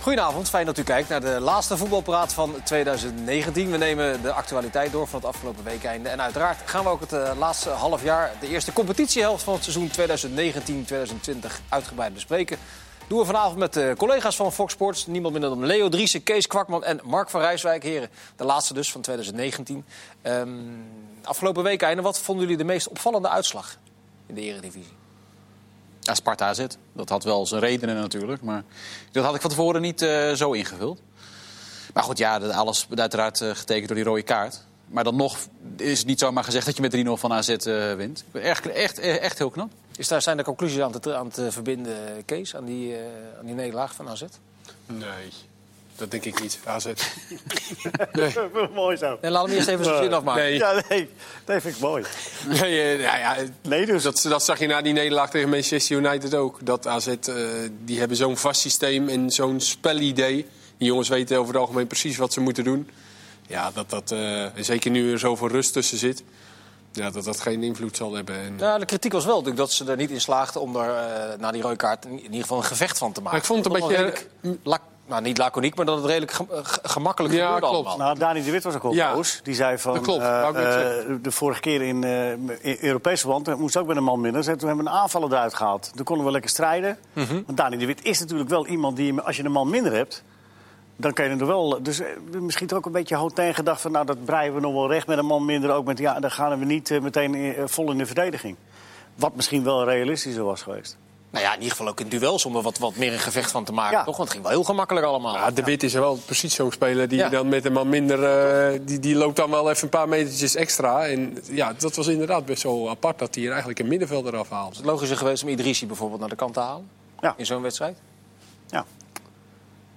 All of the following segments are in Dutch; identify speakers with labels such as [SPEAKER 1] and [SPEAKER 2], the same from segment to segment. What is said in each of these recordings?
[SPEAKER 1] Goedenavond, fijn dat u kijkt naar de laatste voetbalpraat van 2019. We nemen de actualiteit door van het afgelopen weekende. En uiteraard gaan we ook het eh, laatste half jaar, de eerste competitiehelft van het seizoen 2019-2020 uitgebreid bespreken. Doen we vanavond met de collega's van Fox Sports. Niemand minder dan Leo Driessen, Kees Kwakman en Mark van Rijswijk. Heren, de laatste dus van 2019. Ehm, afgelopen weekende, wat vonden jullie de meest opvallende uitslag in de eredivisie?
[SPEAKER 2] Ja, Sparta AZ. Dat had wel zijn redenen natuurlijk. Maar dat had ik van tevoren niet eh, zo ingevuld. Maar goed, ja, dat alles uiteraard eh, getekend door die rode kaart. Maar dan nog is het niet zomaar gezegd dat je met 3-0 van AZ eh, wint. Echt, echt, eh, echt heel knap.
[SPEAKER 1] Is daar, zijn er conclusies aan te, aan te verbinden, Kees, aan die, eh, aan die nederlaag van AZ?
[SPEAKER 3] Nee, dat denk ik niet. AZ. nee.
[SPEAKER 4] Dat vind ik mooi zo.
[SPEAKER 1] En laat hem eerst even zijn zin afmaken.
[SPEAKER 3] Nee.
[SPEAKER 4] Ja, nee, dat vind ik mooi.
[SPEAKER 3] nee eh, ja, ja, eh,
[SPEAKER 4] Nee, dus.
[SPEAKER 3] dat, dat zag je na die nederlaag tegen Manchester United ook. Dat AZ, eh, die hebben zo'n vast systeem en zo'n spelidee. Die jongens weten over het algemeen precies wat ze moeten doen. Ja, dat dat, eh, zeker nu er zoveel rust tussen zit, ja, dat dat geen invloed zal hebben. En,
[SPEAKER 1] Nou, de kritiek was wel natuurlijk dat ze er niet in slaagden om er eh, na die rode kaart in in ieder geval een gevecht van te maken.
[SPEAKER 3] Maar ik vond het een
[SPEAKER 1] Dat
[SPEAKER 3] beetje-
[SPEAKER 1] was
[SPEAKER 2] Hm,
[SPEAKER 1] redelijk lac- nou, niet laconiek, maar dat het redelijk ge- ge- gemakkelijk
[SPEAKER 3] Ja,
[SPEAKER 1] gebeurde
[SPEAKER 3] klopt.
[SPEAKER 1] allemaal.
[SPEAKER 4] Nou, Dani de Wit was ook al
[SPEAKER 3] Ja.
[SPEAKER 4] boos. Die zei van,
[SPEAKER 3] Dat klopt,
[SPEAKER 4] eh,
[SPEAKER 3] wou ik net
[SPEAKER 4] eh,
[SPEAKER 3] zeggen.
[SPEAKER 4] de vorige keer in, eh, in Europees verband eh, moest ook met een man minder. Zei, toen hebben we een aanvaller eruit gehaald. Toen konden we lekker strijden.
[SPEAKER 3] Mhm.
[SPEAKER 4] Want Dani de Wit is natuurlijk wel iemand die, als je een man minder hebt... dan kan je er wel... Dus eh, misschien toch ook een beetje hotel gedacht van... nou, dat breien we nog wel recht met een man minder. Ook met, ja, dan gaan we niet eh, meteen eh, vol in de verdediging. Wat misschien wel realistischer was geweest.
[SPEAKER 1] Nou ja, in ieder geval ook in duels om er wat, wat meer een gevecht van te maken.
[SPEAKER 4] Ja.
[SPEAKER 1] Toch? Want het ging wel heel gemakkelijk allemaal.
[SPEAKER 3] Ja, de Wit is wel precies zo'n speler die
[SPEAKER 1] Ja.
[SPEAKER 3] dan met een man minder... eh, die, die loopt dan wel even een paar metertjes extra. En ja, dat was inderdaad best wel apart dat hij er eigenlijk een middenvelder afhaalt.
[SPEAKER 1] Is het logischer geweest om Idrissi bijvoorbeeld naar de kant te halen?
[SPEAKER 4] Ja.
[SPEAKER 1] In zo'n wedstrijd?
[SPEAKER 4] Ja,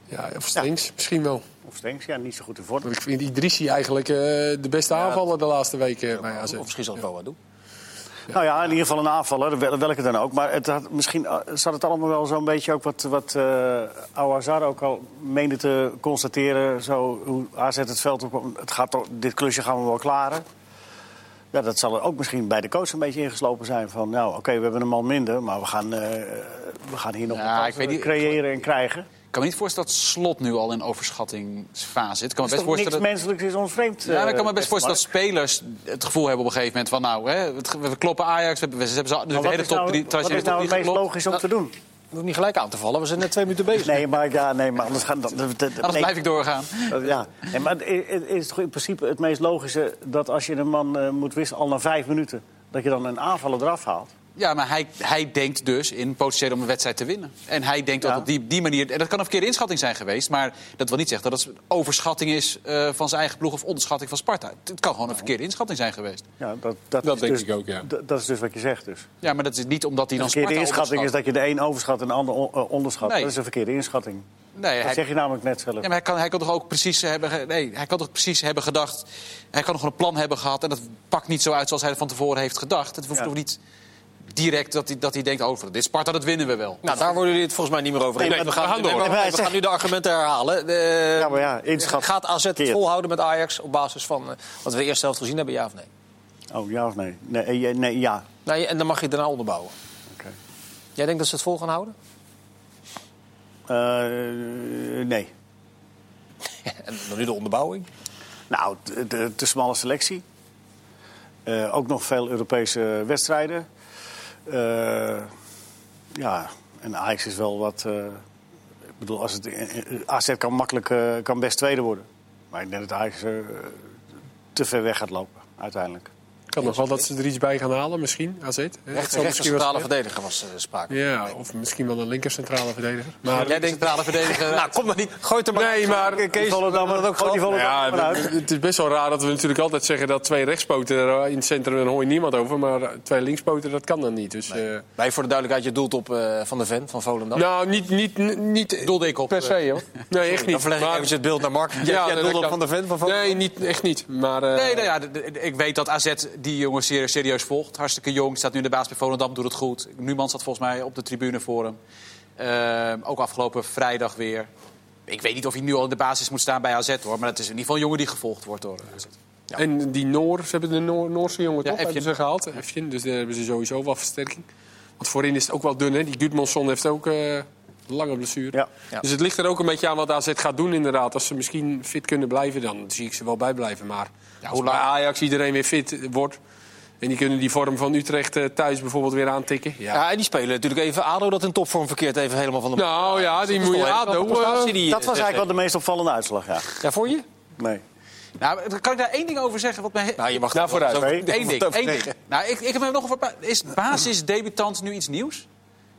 [SPEAKER 3] Ja, of Stenks misschien wel.
[SPEAKER 4] of Stenks, ja, niet zo goed in vorm.
[SPEAKER 3] Want ik vind Idrissi eigenlijk eh, de beste aanvaller de laatste weken Nou bij AZ.
[SPEAKER 1] Of misschien zal het wel wat doen.
[SPEAKER 4] Nou ja, in ieder geval een aanvaller, wel- welke dan ook. Maar het had, misschien eh, zat het allemaal wel zo'n beetje ook wat, wat eh Ouazzar ook al meende te constateren. Zo hoe AZ het veld op. Het gaat toch, dit klusje gaan we wel klaren. Ja, dat zal er ook misschien bij de coach een beetje ingeslopen zijn. Van nou, oké, we hebben een man minder, maar we gaan, eh, we gaan hier nog
[SPEAKER 2] Ja,
[SPEAKER 4] wat kansen
[SPEAKER 2] ik weet niet-
[SPEAKER 4] creëren en krijgen.
[SPEAKER 2] Ik kan me niet voorstellen dat Slot nu al in overschattingsfase zit. Ik kan me
[SPEAKER 4] Dus
[SPEAKER 2] best
[SPEAKER 4] toch niks
[SPEAKER 2] voorstellen...
[SPEAKER 4] menselijks is ons vreemd.
[SPEAKER 2] Ja, maar ik
[SPEAKER 4] eh,
[SPEAKER 2] kan me best
[SPEAKER 4] beste
[SPEAKER 2] voorstellen dat spelers het gevoel hebben op een gegeven moment van... nou, hè, het ge- we kloppen Ajax, we, we- ze hebben ze, dus
[SPEAKER 4] Mark.
[SPEAKER 2] de
[SPEAKER 4] Maar
[SPEAKER 2] hele
[SPEAKER 4] wat is nou-
[SPEAKER 2] top drie... trouwens, de
[SPEAKER 4] Wat is
[SPEAKER 2] hele
[SPEAKER 4] nou
[SPEAKER 2] top
[SPEAKER 4] het
[SPEAKER 2] drie
[SPEAKER 4] meest
[SPEAKER 2] geklopt.
[SPEAKER 4] logisch om te doen?
[SPEAKER 1] We hoeven niet gelijk aan te vallen, we zijn net twee minuten bezig.
[SPEAKER 4] Nee, maar, ja, nee, maar anders gaan... dat- dat- dat-
[SPEAKER 2] Anders
[SPEAKER 4] nee.
[SPEAKER 2] blijf ik doorgaan.
[SPEAKER 4] Dat- Ja, nee, maar het i- het is toch in principe het meest logische dat als je een man eh, moet wisselen al na vijf minuten, dat je dan een aanvaller eraf haalt.
[SPEAKER 2] Ja, maar hij, hij denkt dus in potentieel om een wedstrijd te winnen. En hij denkt
[SPEAKER 4] Ja.
[SPEAKER 2] dat op die, die manier... En dat kan een verkeerde inschatting zijn geweest. Maar dat wil niet zeggen dat het overschatting is eh, van zijn eigen ploeg... of onderschatting van Sparta. Het- Het kan gewoon een verkeerde inschatting zijn geweest.
[SPEAKER 4] Ja, dat, dat,
[SPEAKER 3] Dat
[SPEAKER 4] is
[SPEAKER 3] denk
[SPEAKER 4] dus,
[SPEAKER 3] ik ook, ja.
[SPEAKER 4] d- Dat is dus wat je zegt dus.
[SPEAKER 2] Ja, maar dat is niet omdat hij
[SPEAKER 4] De
[SPEAKER 2] dan
[SPEAKER 4] verkeerde
[SPEAKER 2] Sparta
[SPEAKER 4] inschatting is
[SPEAKER 2] onderschat.
[SPEAKER 4] dat je de een overschat en de ander on- eh, onderschat.
[SPEAKER 2] Nee.
[SPEAKER 4] Dat is een verkeerde inschatting.
[SPEAKER 2] Nee,
[SPEAKER 4] Dat
[SPEAKER 2] hij,
[SPEAKER 4] zeg je namelijk net zelf.
[SPEAKER 2] ja, maar hij, kan, hij kan toch ook precies hebben... ge- Nee, hij kan toch precies hebben gedacht... Hij kan nog een plan hebben gehad. En dat pakt niet zo uit zoals hij van tevoren heeft gedacht. Het hoeft
[SPEAKER 4] Ja.
[SPEAKER 2] toch niet direct dat hij, dat hij denkt... over dit Sparta, dat winnen we wel.
[SPEAKER 1] Nou, daar worden jullie het volgens mij niet meer over eens.
[SPEAKER 4] Nee,
[SPEAKER 1] we,
[SPEAKER 4] maar-
[SPEAKER 1] gaan,
[SPEAKER 4] we gaan door.
[SPEAKER 1] nee, maar-
[SPEAKER 4] Nee, maar-
[SPEAKER 1] we gaan nu de argumenten herhalen. De-
[SPEAKER 4] Ja, maar ja, inschat-
[SPEAKER 1] Gaat AZ het
[SPEAKER 4] verkeerd.
[SPEAKER 1] volhouden met Ajax op basis van eh, wat we de eerste helft gezien hebben, ja of nee?
[SPEAKER 4] Oh, ja of nee? Nee, eh, ja, nee, ja.
[SPEAKER 1] nee en dan mag je het daarna onderbouwen.
[SPEAKER 4] Oké.
[SPEAKER 1] Jij denkt dat ze het vol gaan houden?
[SPEAKER 4] Eh, nee.
[SPEAKER 1] En dan nu de onderbouwing.
[SPEAKER 4] Nou, de, de, de smalle selectie. Eh, ook nog veel Europese wedstrijden. Eh, ja, en Ajax is wel wat. eh, ik bedoel, als het, eh, eh, AZ kan makkelijk eh, kan best tweede worden. Maar ik denk dat Ajax eh, te ver weg gaat lopen, uiteindelijk.
[SPEAKER 3] Kan nog wel dat ze er iets bij gaan halen, misschien, AZ. Hè? Dat
[SPEAKER 1] Rechts,
[SPEAKER 3] zou
[SPEAKER 1] rechts
[SPEAKER 3] misschien wel
[SPEAKER 1] centrale
[SPEAKER 3] spelen.
[SPEAKER 1] verdediger was eh, sprake.
[SPEAKER 3] Ja, of misschien wel een linker centrale verdediger. Maar,
[SPEAKER 1] Jij denkt centrale verdediger. nou, kom maar niet. Gooi het er maar.
[SPEAKER 3] nee, maar...
[SPEAKER 4] Die Volendammer, dat ook die Volendammer
[SPEAKER 3] Ja,
[SPEAKER 4] maar uit.
[SPEAKER 3] het- het is best wel raar dat we natuurlijk altijd zeggen dat twee rechtspoten er eh, in het centrum, daar hoor je niemand over. Maar twee linkspoten, dat kan dan niet. Dus, eh,
[SPEAKER 1] Wij voor de duidelijkheid, je doelt op eh, Van de Ven van Volendam.
[SPEAKER 3] nou, niet, niet, niet,
[SPEAKER 1] doelde ik op.
[SPEAKER 2] eh,
[SPEAKER 3] per se, hoor. Nee, echt
[SPEAKER 1] Dan
[SPEAKER 3] niet.
[SPEAKER 1] verleg ik
[SPEAKER 3] Maar-
[SPEAKER 1] eventjes het beeld naar Mark. Jij-
[SPEAKER 3] Ja,
[SPEAKER 1] jij
[SPEAKER 3] dat
[SPEAKER 1] doelde op
[SPEAKER 3] kan.
[SPEAKER 1] Van de Ven van Volendam.
[SPEAKER 3] Nee, niet, echt niet. Maar, eh,
[SPEAKER 2] Nee, nou ja, de- de- de- ik weet dat AZ die jongen ser- serieus volgt. Hartstikke jong, staat nu in de baas bij Volendam, doet het goed. Numan staat volgens mij op de tribune voor hem. Ehm, ook afgelopen vrijdag weer. Ik weet niet of hij nu al in de basis moet staan bij AZ, hoor. Maar het is in ieder geval een jongen die gevolgd wordt door AZ.
[SPEAKER 3] En die Noor, ze hebben de Noor- Noorse jongen
[SPEAKER 2] Ja,
[SPEAKER 3] toch hebben
[SPEAKER 2] Efjen.
[SPEAKER 3] ze gehaald. Efjen, dus daar hebben ze sowieso wel versterking. Want voorin is het ook wel dun, hè? Die Gudmundsson heeft ook eh, Lange blessure.
[SPEAKER 4] Ja.
[SPEAKER 1] Ja.
[SPEAKER 3] Dus het ligt er ook een beetje aan wat AZ gaat doen inderdaad. Als ze misschien fit kunnen blijven, dan zie ik ze wel bijblijven. Maar als bij Ajax iedereen weer fit wordt... en die kunnen die vorm van Utrecht eh, thuis bijvoorbeeld weer aantikken... Ja.
[SPEAKER 1] Ja, en die spelen natuurlijk even ADO dat in topvorm verkeert even helemaal van de...
[SPEAKER 3] Nou ja, die moet je ADO... eh,
[SPEAKER 1] die,
[SPEAKER 4] Dat was eigenlijk wel de meest opvallende uitslag, ja.
[SPEAKER 1] Ja, voor je?
[SPEAKER 4] Nee.
[SPEAKER 2] Nou, kan ik daar één ding over zeggen? Wat mij he-
[SPEAKER 1] Nou, je mag
[SPEAKER 3] Nou, vooruit.
[SPEAKER 1] Zo-
[SPEAKER 4] Nee.
[SPEAKER 2] Eén ding.
[SPEAKER 4] Wat
[SPEAKER 2] Één ding.
[SPEAKER 4] zeggen?
[SPEAKER 2] Nou, ik, ik heb hem nog een verpa- Is basisdebutant nu iets nieuws?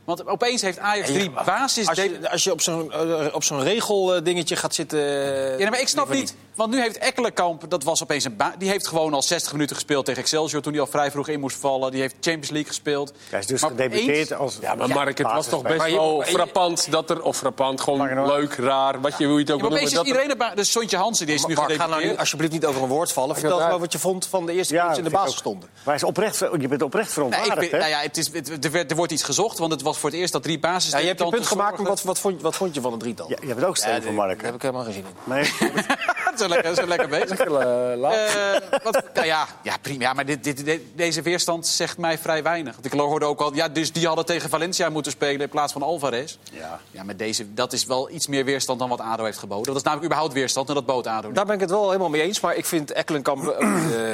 [SPEAKER 2] Want opeens heeft Ajax drie
[SPEAKER 1] Als
[SPEAKER 2] basisdebutanten.
[SPEAKER 1] je, als je op zo'n eh, op zo'n regeldingetje gaat zitten... eh,
[SPEAKER 2] Ja, maar ik snap
[SPEAKER 1] liever
[SPEAKER 2] niet. Want nu heeft Ekkelenkamp, dat was opeens een baan. Die heeft gewoon al 60 minuten gespeeld tegen Excelsior. Toen hij al vrij vroeg in moest vallen. Die heeft Champions League gespeeld.
[SPEAKER 4] Hij is dus
[SPEAKER 2] Maar
[SPEAKER 4] gedebuteerd
[SPEAKER 2] opeens-
[SPEAKER 4] als...
[SPEAKER 3] Ja, maar Mark, het was toch best
[SPEAKER 1] Maar je-
[SPEAKER 3] wel
[SPEAKER 1] maar je-
[SPEAKER 3] frappant dat er... Of frappant,
[SPEAKER 4] Mag ik
[SPEAKER 3] gewoon
[SPEAKER 4] nog-
[SPEAKER 3] leuk, raar, wat je, hoe je het
[SPEAKER 2] Ja,
[SPEAKER 3] ook
[SPEAKER 2] maar
[SPEAKER 3] wil
[SPEAKER 2] opeens
[SPEAKER 3] noemen.
[SPEAKER 2] is
[SPEAKER 3] dat er-
[SPEAKER 2] iedereen erbij. Dus Sontje Hansen die is nu
[SPEAKER 1] Mark, ga nou niet,
[SPEAKER 2] gedebuteerd.
[SPEAKER 1] alsjeblieft niet over een woord vallen. Vertel
[SPEAKER 3] wil
[SPEAKER 1] gewoon
[SPEAKER 3] daar-
[SPEAKER 1] wat je vond van de eerste
[SPEAKER 4] Ja,
[SPEAKER 1] coach in de
[SPEAKER 4] vind ik
[SPEAKER 1] basis
[SPEAKER 4] ook.
[SPEAKER 1] stonden.
[SPEAKER 4] Maar hij is oprecht, ver- je bent oprecht
[SPEAKER 2] Nee, ik
[SPEAKER 4] verontwaardigd,
[SPEAKER 2] vind-
[SPEAKER 4] hè?
[SPEAKER 2] nou ja, het is, het- er, werd- er wordt iets gezocht, want het was voor het eerst dat drie basis.
[SPEAKER 1] Ja, je hebt je punt gemaakt, maar wat,
[SPEAKER 2] Dat
[SPEAKER 1] wat, vond, wat vond je van het drietal?
[SPEAKER 4] Ja, eh, je bent ook steen van Mark.
[SPEAKER 1] Daar heb ik helemaal geen zin in.
[SPEAKER 4] Nee.
[SPEAKER 2] is wel lekker, dat is wel lekker bezig. Eh, wat, nou ja, ja, prima. Ja, maar dit, dit, dit- deze weerstand zegt mij vrij weinig. Want ik hoorde ook al, ja, dus die hadden tegen Valencia moeten spelen in plaats van Alvarez.
[SPEAKER 4] Ja.
[SPEAKER 2] Ja, maar deze, dat is wel iets meer weerstand dan wat ADO heeft geboden. Dat is namelijk überhaupt weerstand en dat bood ADO. niet.
[SPEAKER 1] Daar ben ik het wel helemaal mee eens. Maar ik vind Ekkelenkamp, eh,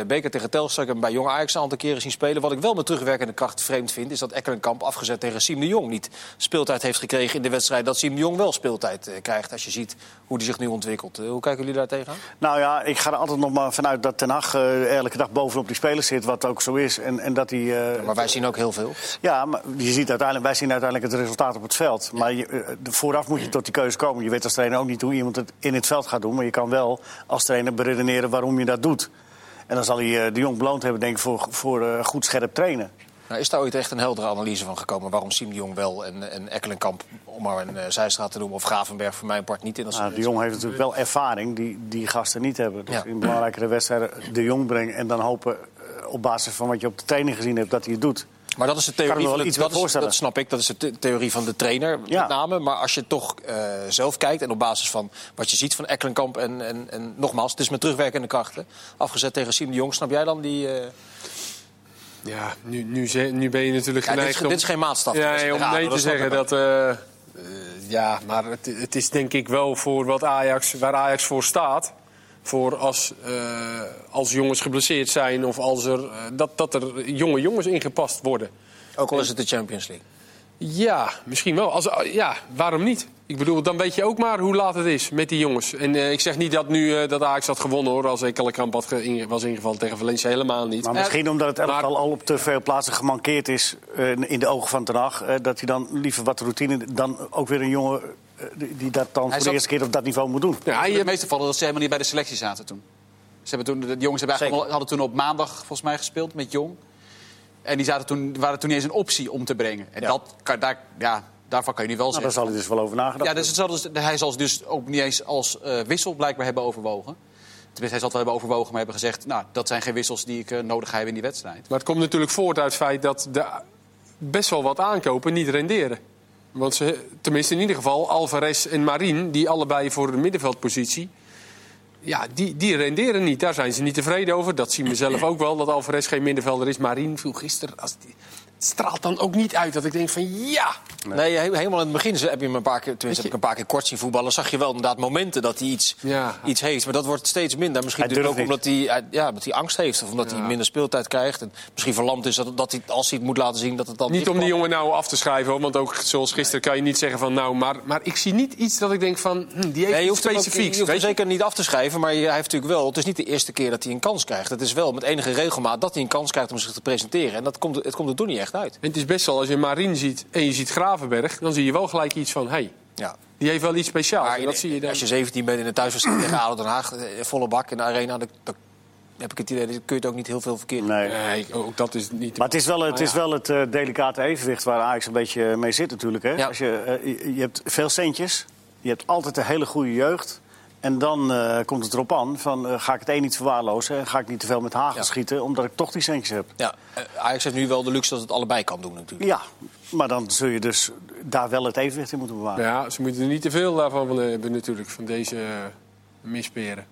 [SPEAKER 1] Beker tegen Telstra, ik heb hem bij Jong Ajax een aantal keren zien spelen. Wat ik wel met terugwerkende kracht vreemd vind, is dat Ekkelenkamp afgezet tegen Siem de Jong niet speeltijd heeft gekregen in de wedstrijd. Dat Siem de Jong wel speeltijd eh, krijgt als je ziet hoe die zich nu ontwikkelt. Eh, hoe kijken jullie daar tegenaan?
[SPEAKER 4] Nou ja, ik ga er altijd nog maar vanuit dat Ten Hag eh, elke dag bovenop die spelers zit, wat ook zo is. En, en dat hij. eh,
[SPEAKER 1] Maar wij zien ook heel veel.
[SPEAKER 4] ja, maar je ziet uiteindelijk, wij zien uiteindelijk het resultaat op het veld. Maar je, eh, de- vooraf moet je tot die keuze komen. Je weet als trainer ook niet hoe iemand het in het veld gaat doen. Maar je kan wel als trainer beredeneren waarom je dat doet. En dan zal hij eh, de jong beloond hebben, denk ik, voor, voor eh, goed scherp trainen.
[SPEAKER 1] Nou, is daar ooit echt een heldere analyse van gekomen waarom Siem de Jong wel en, en Ekkelenkamp, om maar een eh, zijstraat te noemen, of Gravenberg voor mijn part niet in? Als
[SPEAKER 4] Nou, de jong heeft natuurlijk wel ervaring die die gasten niet hebben. Dus
[SPEAKER 1] Ja.
[SPEAKER 4] in belangrijkere wedstrijden de jong brengen en dan hopen eh, op basis van wat je op de training gezien hebt dat hij het doet.
[SPEAKER 1] Maar dat is de
[SPEAKER 4] Kan
[SPEAKER 1] theorie
[SPEAKER 4] me wel
[SPEAKER 1] van de,
[SPEAKER 4] iets
[SPEAKER 1] dat,
[SPEAKER 4] bij
[SPEAKER 1] is,
[SPEAKER 4] voorstellen.
[SPEAKER 1] dat snap ik, dat is de the- theorie van de trainer
[SPEAKER 4] Ja.
[SPEAKER 1] met name. Maar als je toch eh, zelf kijkt en op basis van wat je ziet van Ekkelenkamp... en, en, en nogmaals, het is met terugwerkende krachten... afgezet tegen Siem de Jong, snap jij dan die... eh,
[SPEAKER 3] Ja, nu, nu, ze- nu ben je natuurlijk
[SPEAKER 1] Ja, dit is-
[SPEAKER 3] geneigd om...
[SPEAKER 1] dit is geen maatstaf.
[SPEAKER 3] Ja,
[SPEAKER 1] Dat is
[SPEAKER 3] nee, om
[SPEAKER 1] raar,
[SPEAKER 3] nee
[SPEAKER 1] dat
[SPEAKER 3] te
[SPEAKER 1] snap
[SPEAKER 3] zeggen
[SPEAKER 1] ik ook.
[SPEAKER 3] dat... eh, eh, ja, maar het, het is denk ik wel voor wat Ajax, waar Ajax voor staat... voor als, eh, als jongens geblesseerd zijn of als er, eh, dat, dat er jonge jongens ingepast worden.
[SPEAKER 1] ook al is het de Champions League.
[SPEAKER 3] Ja, misschien wel. Als, eh, ja, waarom niet? Ik bedoel, dan weet je ook maar hoe laat het is met die jongens. En eh, ik zeg niet dat nu eh, dat Ajax had gewonnen hoor, als Ekkelenkamp had ge- inge- was ingevallen tegen Valencia helemaal niet.
[SPEAKER 4] Maar misschien omdat het elftal al op te veel plaatsen gemankeerd is eh, in de ogen van Ten Hag... eh, dat hij dan liever wat routine dan ook weer een jongen eh, die die dat dan voor de
[SPEAKER 2] zat-
[SPEAKER 4] eerste keer op dat niveau moet doen.
[SPEAKER 3] ja,
[SPEAKER 2] In
[SPEAKER 3] je,
[SPEAKER 2] de meeste gevallen dat ze helemaal niet bij de selectie zaten toen. Ze hebben toen de jongens hebben eigenlijk al- hadden toen op maandag volgens mij gespeeld met Jong. En die zaten toen, waren toen niet eens een optie om te brengen. En dat, kan, daar, ja, daarvan kan je nu wel zeggen.
[SPEAKER 4] Nou, daar zal hij dus wel over nagedacht
[SPEAKER 2] Ja, dus het zal dus, hij zal ze dus ook niet eens als eh, wissel blijkbaar hebben overwogen. Tenminste, hij zal het wel hebben overwogen, maar hebben gezegd... nou, dat zijn geen wissels die ik eh, nodig heb in die wedstrijd.
[SPEAKER 3] Maar het komt natuurlijk voort uit het feit dat de, best wel wat aankopen niet renderen. Want ze, tenminste in ieder geval Alvarez en Marin, die allebei voor de middenveldpositie... Ja, die, die renderen niet. Daar zijn ze niet tevreden over. Dat zien we zelf ook wel, dat Alvarez geen middenvelder is. Marin viel gisteren... Als die, het straalt dan ook niet uit dat ik denk van ja...
[SPEAKER 1] Nee, he- helemaal in het begin heb je hem een paar keer, tenminste, heb ik een paar keer kort zien voetballen. Zag je wel inderdaad momenten dat hij iets,
[SPEAKER 3] Ja.
[SPEAKER 1] iets heeft. Maar dat wordt steeds minder. Misschien
[SPEAKER 4] Hij
[SPEAKER 1] dus ook
[SPEAKER 4] durft
[SPEAKER 1] omdat hij, hij- ja, omdat hij angst heeft. Of omdat hij minder speeltijd krijgt. En misschien verlamd is dat, dat hij, als hij het moet laten zien, dat het dan
[SPEAKER 3] Niet om
[SPEAKER 1] kan.
[SPEAKER 3] die jongen nou af te schrijven, hoor, want ook zoals gisteren kan je niet zeggen van nou... Maar, maar ik zie niet iets dat ik denk van hm, die heeft
[SPEAKER 1] Nee, je
[SPEAKER 3] iets
[SPEAKER 1] hoeft, hem ook-
[SPEAKER 3] specifieks.
[SPEAKER 1] je hoeft hem
[SPEAKER 3] weet je?
[SPEAKER 1] zeker niet af te schrijven, maar hij heeft natuurlijk wel... het is niet de eerste keer dat hij een kans krijgt. Het is wel met enige regelmaat dat hij een kans krijgt om zich te presenteren. En dat komt, het komt er toen niet echt uit.
[SPEAKER 3] En het is best wel, als je Marin ziet en je ziet Gravenberg, dan zie je wel gelijk iets van, hé, hey,
[SPEAKER 1] Ja.
[SPEAKER 3] die heeft wel iets speciaals.
[SPEAKER 1] Maar
[SPEAKER 3] En dat zie je dan.
[SPEAKER 1] als je 17 bent in de thuiswedstrijd tegen ADO Den Haag... eh, volle bak in de arena, dan, dan heb ik het idee... dat kun je het ook niet heel veel verkeerd
[SPEAKER 4] Nee.
[SPEAKER 3] Nee, ook dat is niet...
[SPEAKER 4] Maar het is wel het, is wel het eh, delicate evenwicht waar Ajax een beetje eh, mee zit natuurlijk. Hè?
[SPEAKER 1] Ja.
[SPEAKER 4] Als je, eh, je- je hebt veel centjes, je hebt altijd een hele goede jeugd. En dan eh, komt het erop aan van eh, ga ik het één niet verwaarlozen... en ga ik niet te veel met hagel
[SPEAKER 1] Ja.
[SPEAKER 4] schieten omdat ik toch die centjes heb.
[SPEAKER 1] Ja, eh, Ajax heeft nu wel de luxe dat het allebei kan doen natuurlijk.
[SPEAKER 4] Ja, maar dan zul je dus daar wel het evenwicht in moeten bewaren.
[SPEAKER 3] Ja, ze moeten er niet te veel daarvan van hebben natuurlijk, van deze eh, misperen.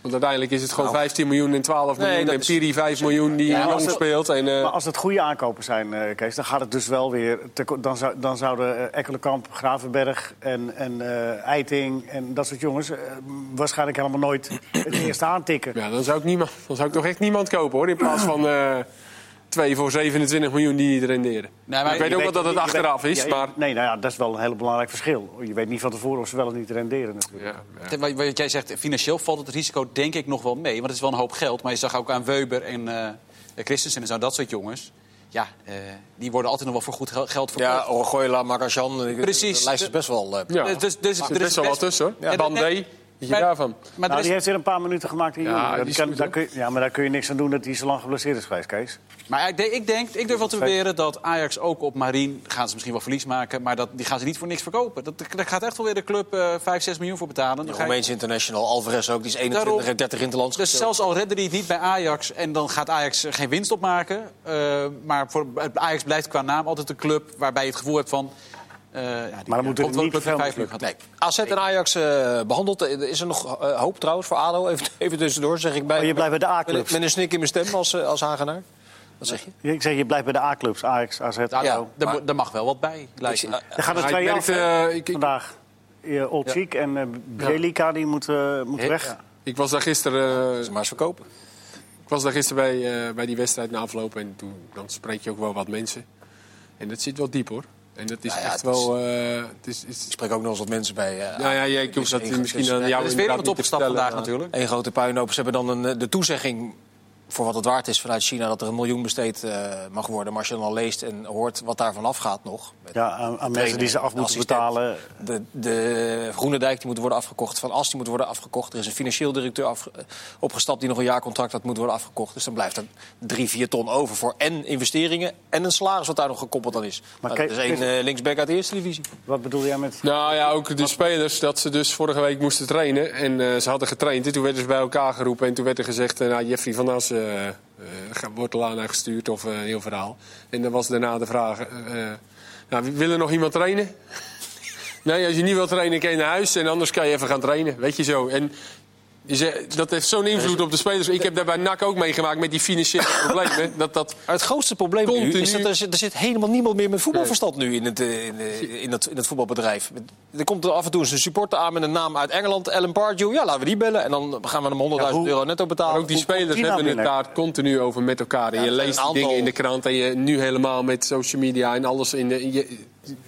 [SPEAKER 3] Want uiteindelijk is het gewoon 15 miljoen en 12
[SPEAKER 5] Nee,
[SPEAKER 3] miljoen.
[SPEAKER 5] dat
[SPEAKER 3] En
[SPEAKER 5] is-
[SPEAKER 3] Piri 5 miljoen die
[SPEAKER 4] Ja, maar
[SPEAKER 3] lang
[SPEAKER 4] als het-
[SPEAKER 3] speelt. En, eh,
[SPEAKER 4] Maar als het goede aankopen zijn, eh, Kees, dan gaat het dus wel weer. te ko- dan, zou, dan zouden eh, Ekkelenkamp, Gravenberg en, en eh, Eiting en dat soort jongens eh, waarschijnlijk helemaal nooit het eerste aantikken.
[SPEAKER 3] Ja, dan zou ik, niemand, dan zou ik toch echt niemand kopen hoor. In plaats van eh, twee voor 27 miljoen die niet renderen.
[SPEAKER 2] Nee, maar
[SPEAKER 3] ik weet
[SPEAKER 2] je
[SPEAKER 3] ook
[SPEAKER 4] weet-
[SPEAKER 3] wel dat het
[SPEAKER 4] je weet-
[SPEAKER 3] achteraf is.
[SPEAKER 4] ja, je-
[SPEAKER 3] maar
[SPEAKER 4] Nee, nou ja, dat is wel een heel belangrijk verschil. Je weet niet van tevoren of ze wel of niet renderen natuurlijk.
[SPEAKER 3] ja,
[SPEAKER 2] Ten- Wat wat jij zegt, financieel valt het risico denk ik nog wel mee. Want het is wel een hoop geld. Maar je zag ook aan Weber en eh Christensen en zo, dat soort jongens. Ja, eh, die worden altijd nog wel voor goed gel- geld verkocht.
[SPEAKER 1] Ja, Orgoyla, Marajan. ik-
[SPEAKER 2] Precies.
[SPEAKER 1] De lijst is best wel... eh,
[SPEAKER 3] ja.
[SPEAKER 2] Dus- dus- dus-
[SPEAKER 3] er
[SPEAKER 2] er
[SPEAKER 3] zit
[SPEAKER 2] is
[SPEAKER 3] best wel wat
[SPEAKER 2] best-
[SPEAKER 3] tussen hoor.
[SPEAKER 2] Ja,
[SPEAKER 3] Bandé,
[SPEAKER 2] nee,
[SPEAKER 3] weet je
[SPEAKER 2] maar-
[SPEAKER 3] daarvan?
[SPEAKER 2] Maar
[SPEAKER 4] Nou,
[SPEAKER 2] er
[SPEAKER 4] die
[SPEAKER 2] is,
[SPEAKER 4] heeft weer een paar minuten gemaakt in
[SPEAKER 3] Ja,
[SPEAKER 4] juni.
[SPEAKER 3] die
[SPEAKER 4] Dat
[SPEAKER 3] is
[SPEAKER 4] kan-
[SPEAKER 3] goed,
[SPEAKER 4] daar
[SPEAKER 3] hoor.
[SPEAKER 4] kun je- Ja, maar daar kun je niks aan doen dat hij zo lang geblesseerd is geweest, Kees.
[SPEAKER 2] maar ik, denk- ik denk, ik durf wel te beweren dat Ajax ook op Marien gaan ze misschien wel verlies maken. Maar dat, die gaan ze niet voor niks verkopen. Dat, daar gaat echt wel weer de club eh 5, 6 miljoen voor betalen. Dan ga je-
[SPEAKER 1] Romeins International, Alvarez ook, die is 21
[SPEAKER 2] Daarom.
[SPEAKER 1] heeft 30 in het land.
[SPEAKER 2] Dus zelfs al redde hij het niet bij Ajax en dan gaat Ajax er geen winst op maken. eh, maar voor, Ajax blijft qua naam altijd een club waarbij je het gevoel hebt van... eh, ja, die,
[SPEAKER 4] Maar dan moet er
[SPEAKER 2] komt wel
[SPEAKER 4] niet
[SPEAKER 2] een club die
[SPEAKER 4] veel
[SPEAKER 2] vijf miljoen gaat-
[SPEAKER 1] Nee. AZ en Ajax eh, behandeld. Eh, Is er nog eh, hoop trouwens voor ADO? Even, even tussendoor zeg ik bij.
[SPEAKER 4] Oh, je blijft bij de
[SPEAKER 1] Met, een-
[SPEAKER 4] A-clubs.
[SPEAKER 1] met een snik in mijn stem als, eh, als Hagenaar. Wat zeg je?
[SPEAKER 4] Ik zeg, je blijft bij de A-clubs. Ajax, AZ, ADO.
[SPEAKER 2] Ja, daar, mo- daar mag wel wat bij, lijkt
[SPEAKER 1] Eh,
[SPEAKER 2] me.
[SPEAKER 4] Dan gaan er
[SPEAKER 3] Ja, ik
[SPEAKER 4] twee af
[SPEAKER 3] merkte,
[SPEAKER 4] hè,
[SPEAKER 3] eh, ik- ik-
[SPEAKER 4] vandaag. Eh, Olczyk en eh Bjelika, die moeten moet
[SPEAKER 1] Ja.
[SPEAKER 4] weg.
[SPEAKER 1] Ja.
[SPEAKER 3] Ik was daar gisteren eh,
[SPEAKER 1] Ze maar eens verkopen.
[SPEAKER 3] Ik was daar gisteren bij, eh, bij die wedstrijd na afloop en toen, dan spreek je ook wel wat mensen. En dat zit wel diep hoor. En dat is
[SPEAKER 1] Nou ja,
[SPEAKER 3] echt
[SPEAKER 1] het
[SPEAKER 3] wel. eh, het is, is,
[SPEAKER 1] Ik spreek ook nog eens wat mensen bij. eh,
[SPEAKER 3] nou ja, ja, ik hoef
[SPEAKER 1] is
[SPEAKER 3] dat
[SPEAKER 1] één-
[SPEAKER 3] misschien
[SPEAKER 1] is-
[SPEAKER 3] aan jou.
[SPEAKER 2] Er is weer
[SPEAKER 3] inderdaad
[SPEAKER 2] iemand
[SPEAKER 3] niet te
[SPEAKER 2] opgestapt
[SPEAKER 3] vertellen,
[SPEAKER 2] vandaag
[SPEAKER 3] maar-
[SPEAKER 2] natuurlijk.
[SPEAKER 1] Eén grote puinhoop. Ze hebben dan een, eh, de toezegging voor wat het waard is vanuit China... dat er een miljoen besteed eh, mag worden. Maar als je dan al leest en hoort wat daarvan afgaat nog... met
[SPEAKER 4] Ja, aan, aan mensen die ze af
[SPEAKER 1] de
[SPEAKER 4] moeten
[SPEAKER 1] assistent.
[SPEAKER 4] betalen.
[SPEAKER 1] De, de Groenendijk die moet worden afgekocht. Van As die moet worden afgekocht. Er is een financieel directeur af- eh, opgestapt die nog een jaarcontract had moet worden afgekocht. Dus dan blijft er drie, vier ton over voor en investeringen... en een salaris wat daar nog gekoppeld aan is. Maar
[SPEAKER 4] kijk,
[SPEAKER 1] dat is één
[SPEAKER 4] is-
[SPEAKER 1] eh, linksback uit de eerste divisie.
[SPEAKER 4] Wat bedoel jij met...
[SPEAKER 3] Nou ja, ook de spelers, dat ze dus vorige week moesten trainen. En eh, ze hadden getraind en toen werden ze bij elkaar geroepen. En toen werd er gezegd, eh, nou, Jeffrey van As eh, eh, gaat- wordt Lana gestuurd of eh, een heel verhaal. En dan was daarna de vraag, eh, eh, nou, wil er nog iemand trainen? nee, als je niet wilt trainen, kan je naar huis. En anders kan je even gaan trainen, weet je zo. En je zegt, dat heeft zo'n invloed op de spelers. Ik heb daar bij NAC ook meegemaakt met die financiële problemen. Dat dat
[SPEAKER 1] Maar het grootste probleem nu
[SPEAKER 3] Continu.
[SPEAKER 1] is dat er, zit- er zit helemaal niemand meer met voetbalverstand nu in het, eh, in, eh, in het, in het voetbalbedrijf. Er komt er af en toe eens een supporter aan met een naam uit Engeland, Alan Pardew. Ja, laten we die bellen en dan gaan we hem 100.000
[SPEAKER 4] Ja, hoe-
[SPEAKER 1] euro netto betalen.
[SPEAKER 3] Maar ook die spelers
[SPEAKER 4] die nou
[SPEAKER 3] hebben het
[SPEAKER 4] binnen?
[SPEAKER 3] daar continu over met elkaar. En je
[SPEAKER 1] er zijn
[SPEAKER 3] leest
[SPEAKER 1] een
[SPEAKER 3] die dingen
[SPEAKER 1] aantal.
[SPEAKER 3] in de krant en je nu helemaal met social media en alles in de. Je,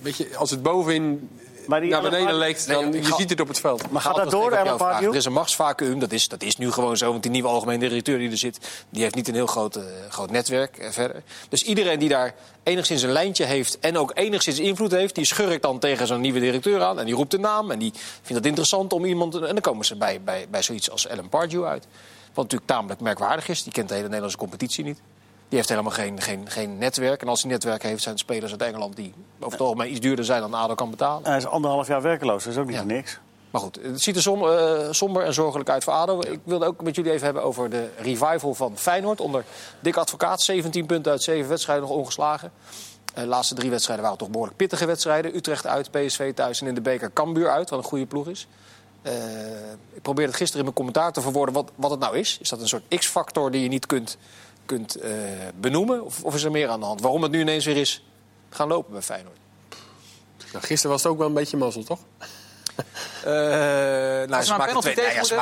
[SPEAKER 3] weet je, als het bovenin
[SPEAKER 4] Maar die
[SPEAKER 3] naar
[SPEAKER 4] Alan
[SPEAKER 3] beneden
[SPEAKER 4] Pardew-
[SPEAKER 3] leekt, dan
[SPEAKER 1] Nee,
[SPEAKER 3] je
[SPEAKER 1] ga-
[SPEAKER 3] ziet het op het veld.
[SPEAKER 4] Maar gaat
[SPEAKER 1] Altijd
[SPEAKER 4] dat door,
[SPEAKER 1] even op
[SPEAKER 4] Alan
[SPEAKER 1] jou vragen.
[SPEAKER 4] Pardew?
[SPEAKER 1] Er is een machtsvacuum, dat is, dat is nu gewoon zo. Want die nieuwe algemene directeur die er zit, die heeft niet een heel groot, eh, groot netwerk eh, verder. Dus iedereen die daar enigszins een lijntje heeft en ook enigszins invloed heeft... die schurkt dan tegen zo'n nieuwe directeur aan en die roept de naam... en die vindt het interessant om iemand... en dan komen ze bij, bij, bij zoiets als Ellen Pardew uit. Wat natuurlijk tamelijk merkwaardig is, die kent de hele Nederlandse competitie niet. Die heeft helemaal geen, geen, geen netwerk. En als hij netwerk heeft, zijn het spelers uit Engeland... die over het algemeen iets duurder zijn dan ADO kan betalen.
[SPEAKER 4] Hij is anderhalf jaar werkeloos, dat is ook niet
[SPEAKER 1] Ja.
[SPEAKER 4] voor niks.
[SPEAKER 1] Maar goed, het ziet er som, eh, somber en zorgelijk uit voor ADO. Ik wilde ook met jullie even hebben over de revival van Feyenoord. Onder Dick Advocaat, 17 punten uit 7 wedstrijden nog ongeslagen. Eh, de laatste drie wedstrijden waren toch behoorlijk pittige wedstrijden. Utrecht uit, PSV thuis en in de beker Cambuur uit, wat een goede ploeg is. Eh, ik probeerde het gisteren in mijn commentaar te verwoorden wat, wat het nou is. Is dat een soort x-factor die je niet kunt, kunt eh, benoemen? Of, of is er meer aan de hand? Waarom het nu ineens weer is gaan lopen bij Feyenoord?
[SPEAKER 3] Nou, gisteren was het ook wel een beetje mazzel, toch?
[SPEAKER 1] Eh, nou,
[SPEAKER 2] ze
[SPEAKER 1] ze,
[SPEAKER 2] maar
[SPEAKER 1] maakte
[SPEAKER 2] penalty
[SPEAKER 1] twee, nou ja, ze,
[SPEAKER 2] tegen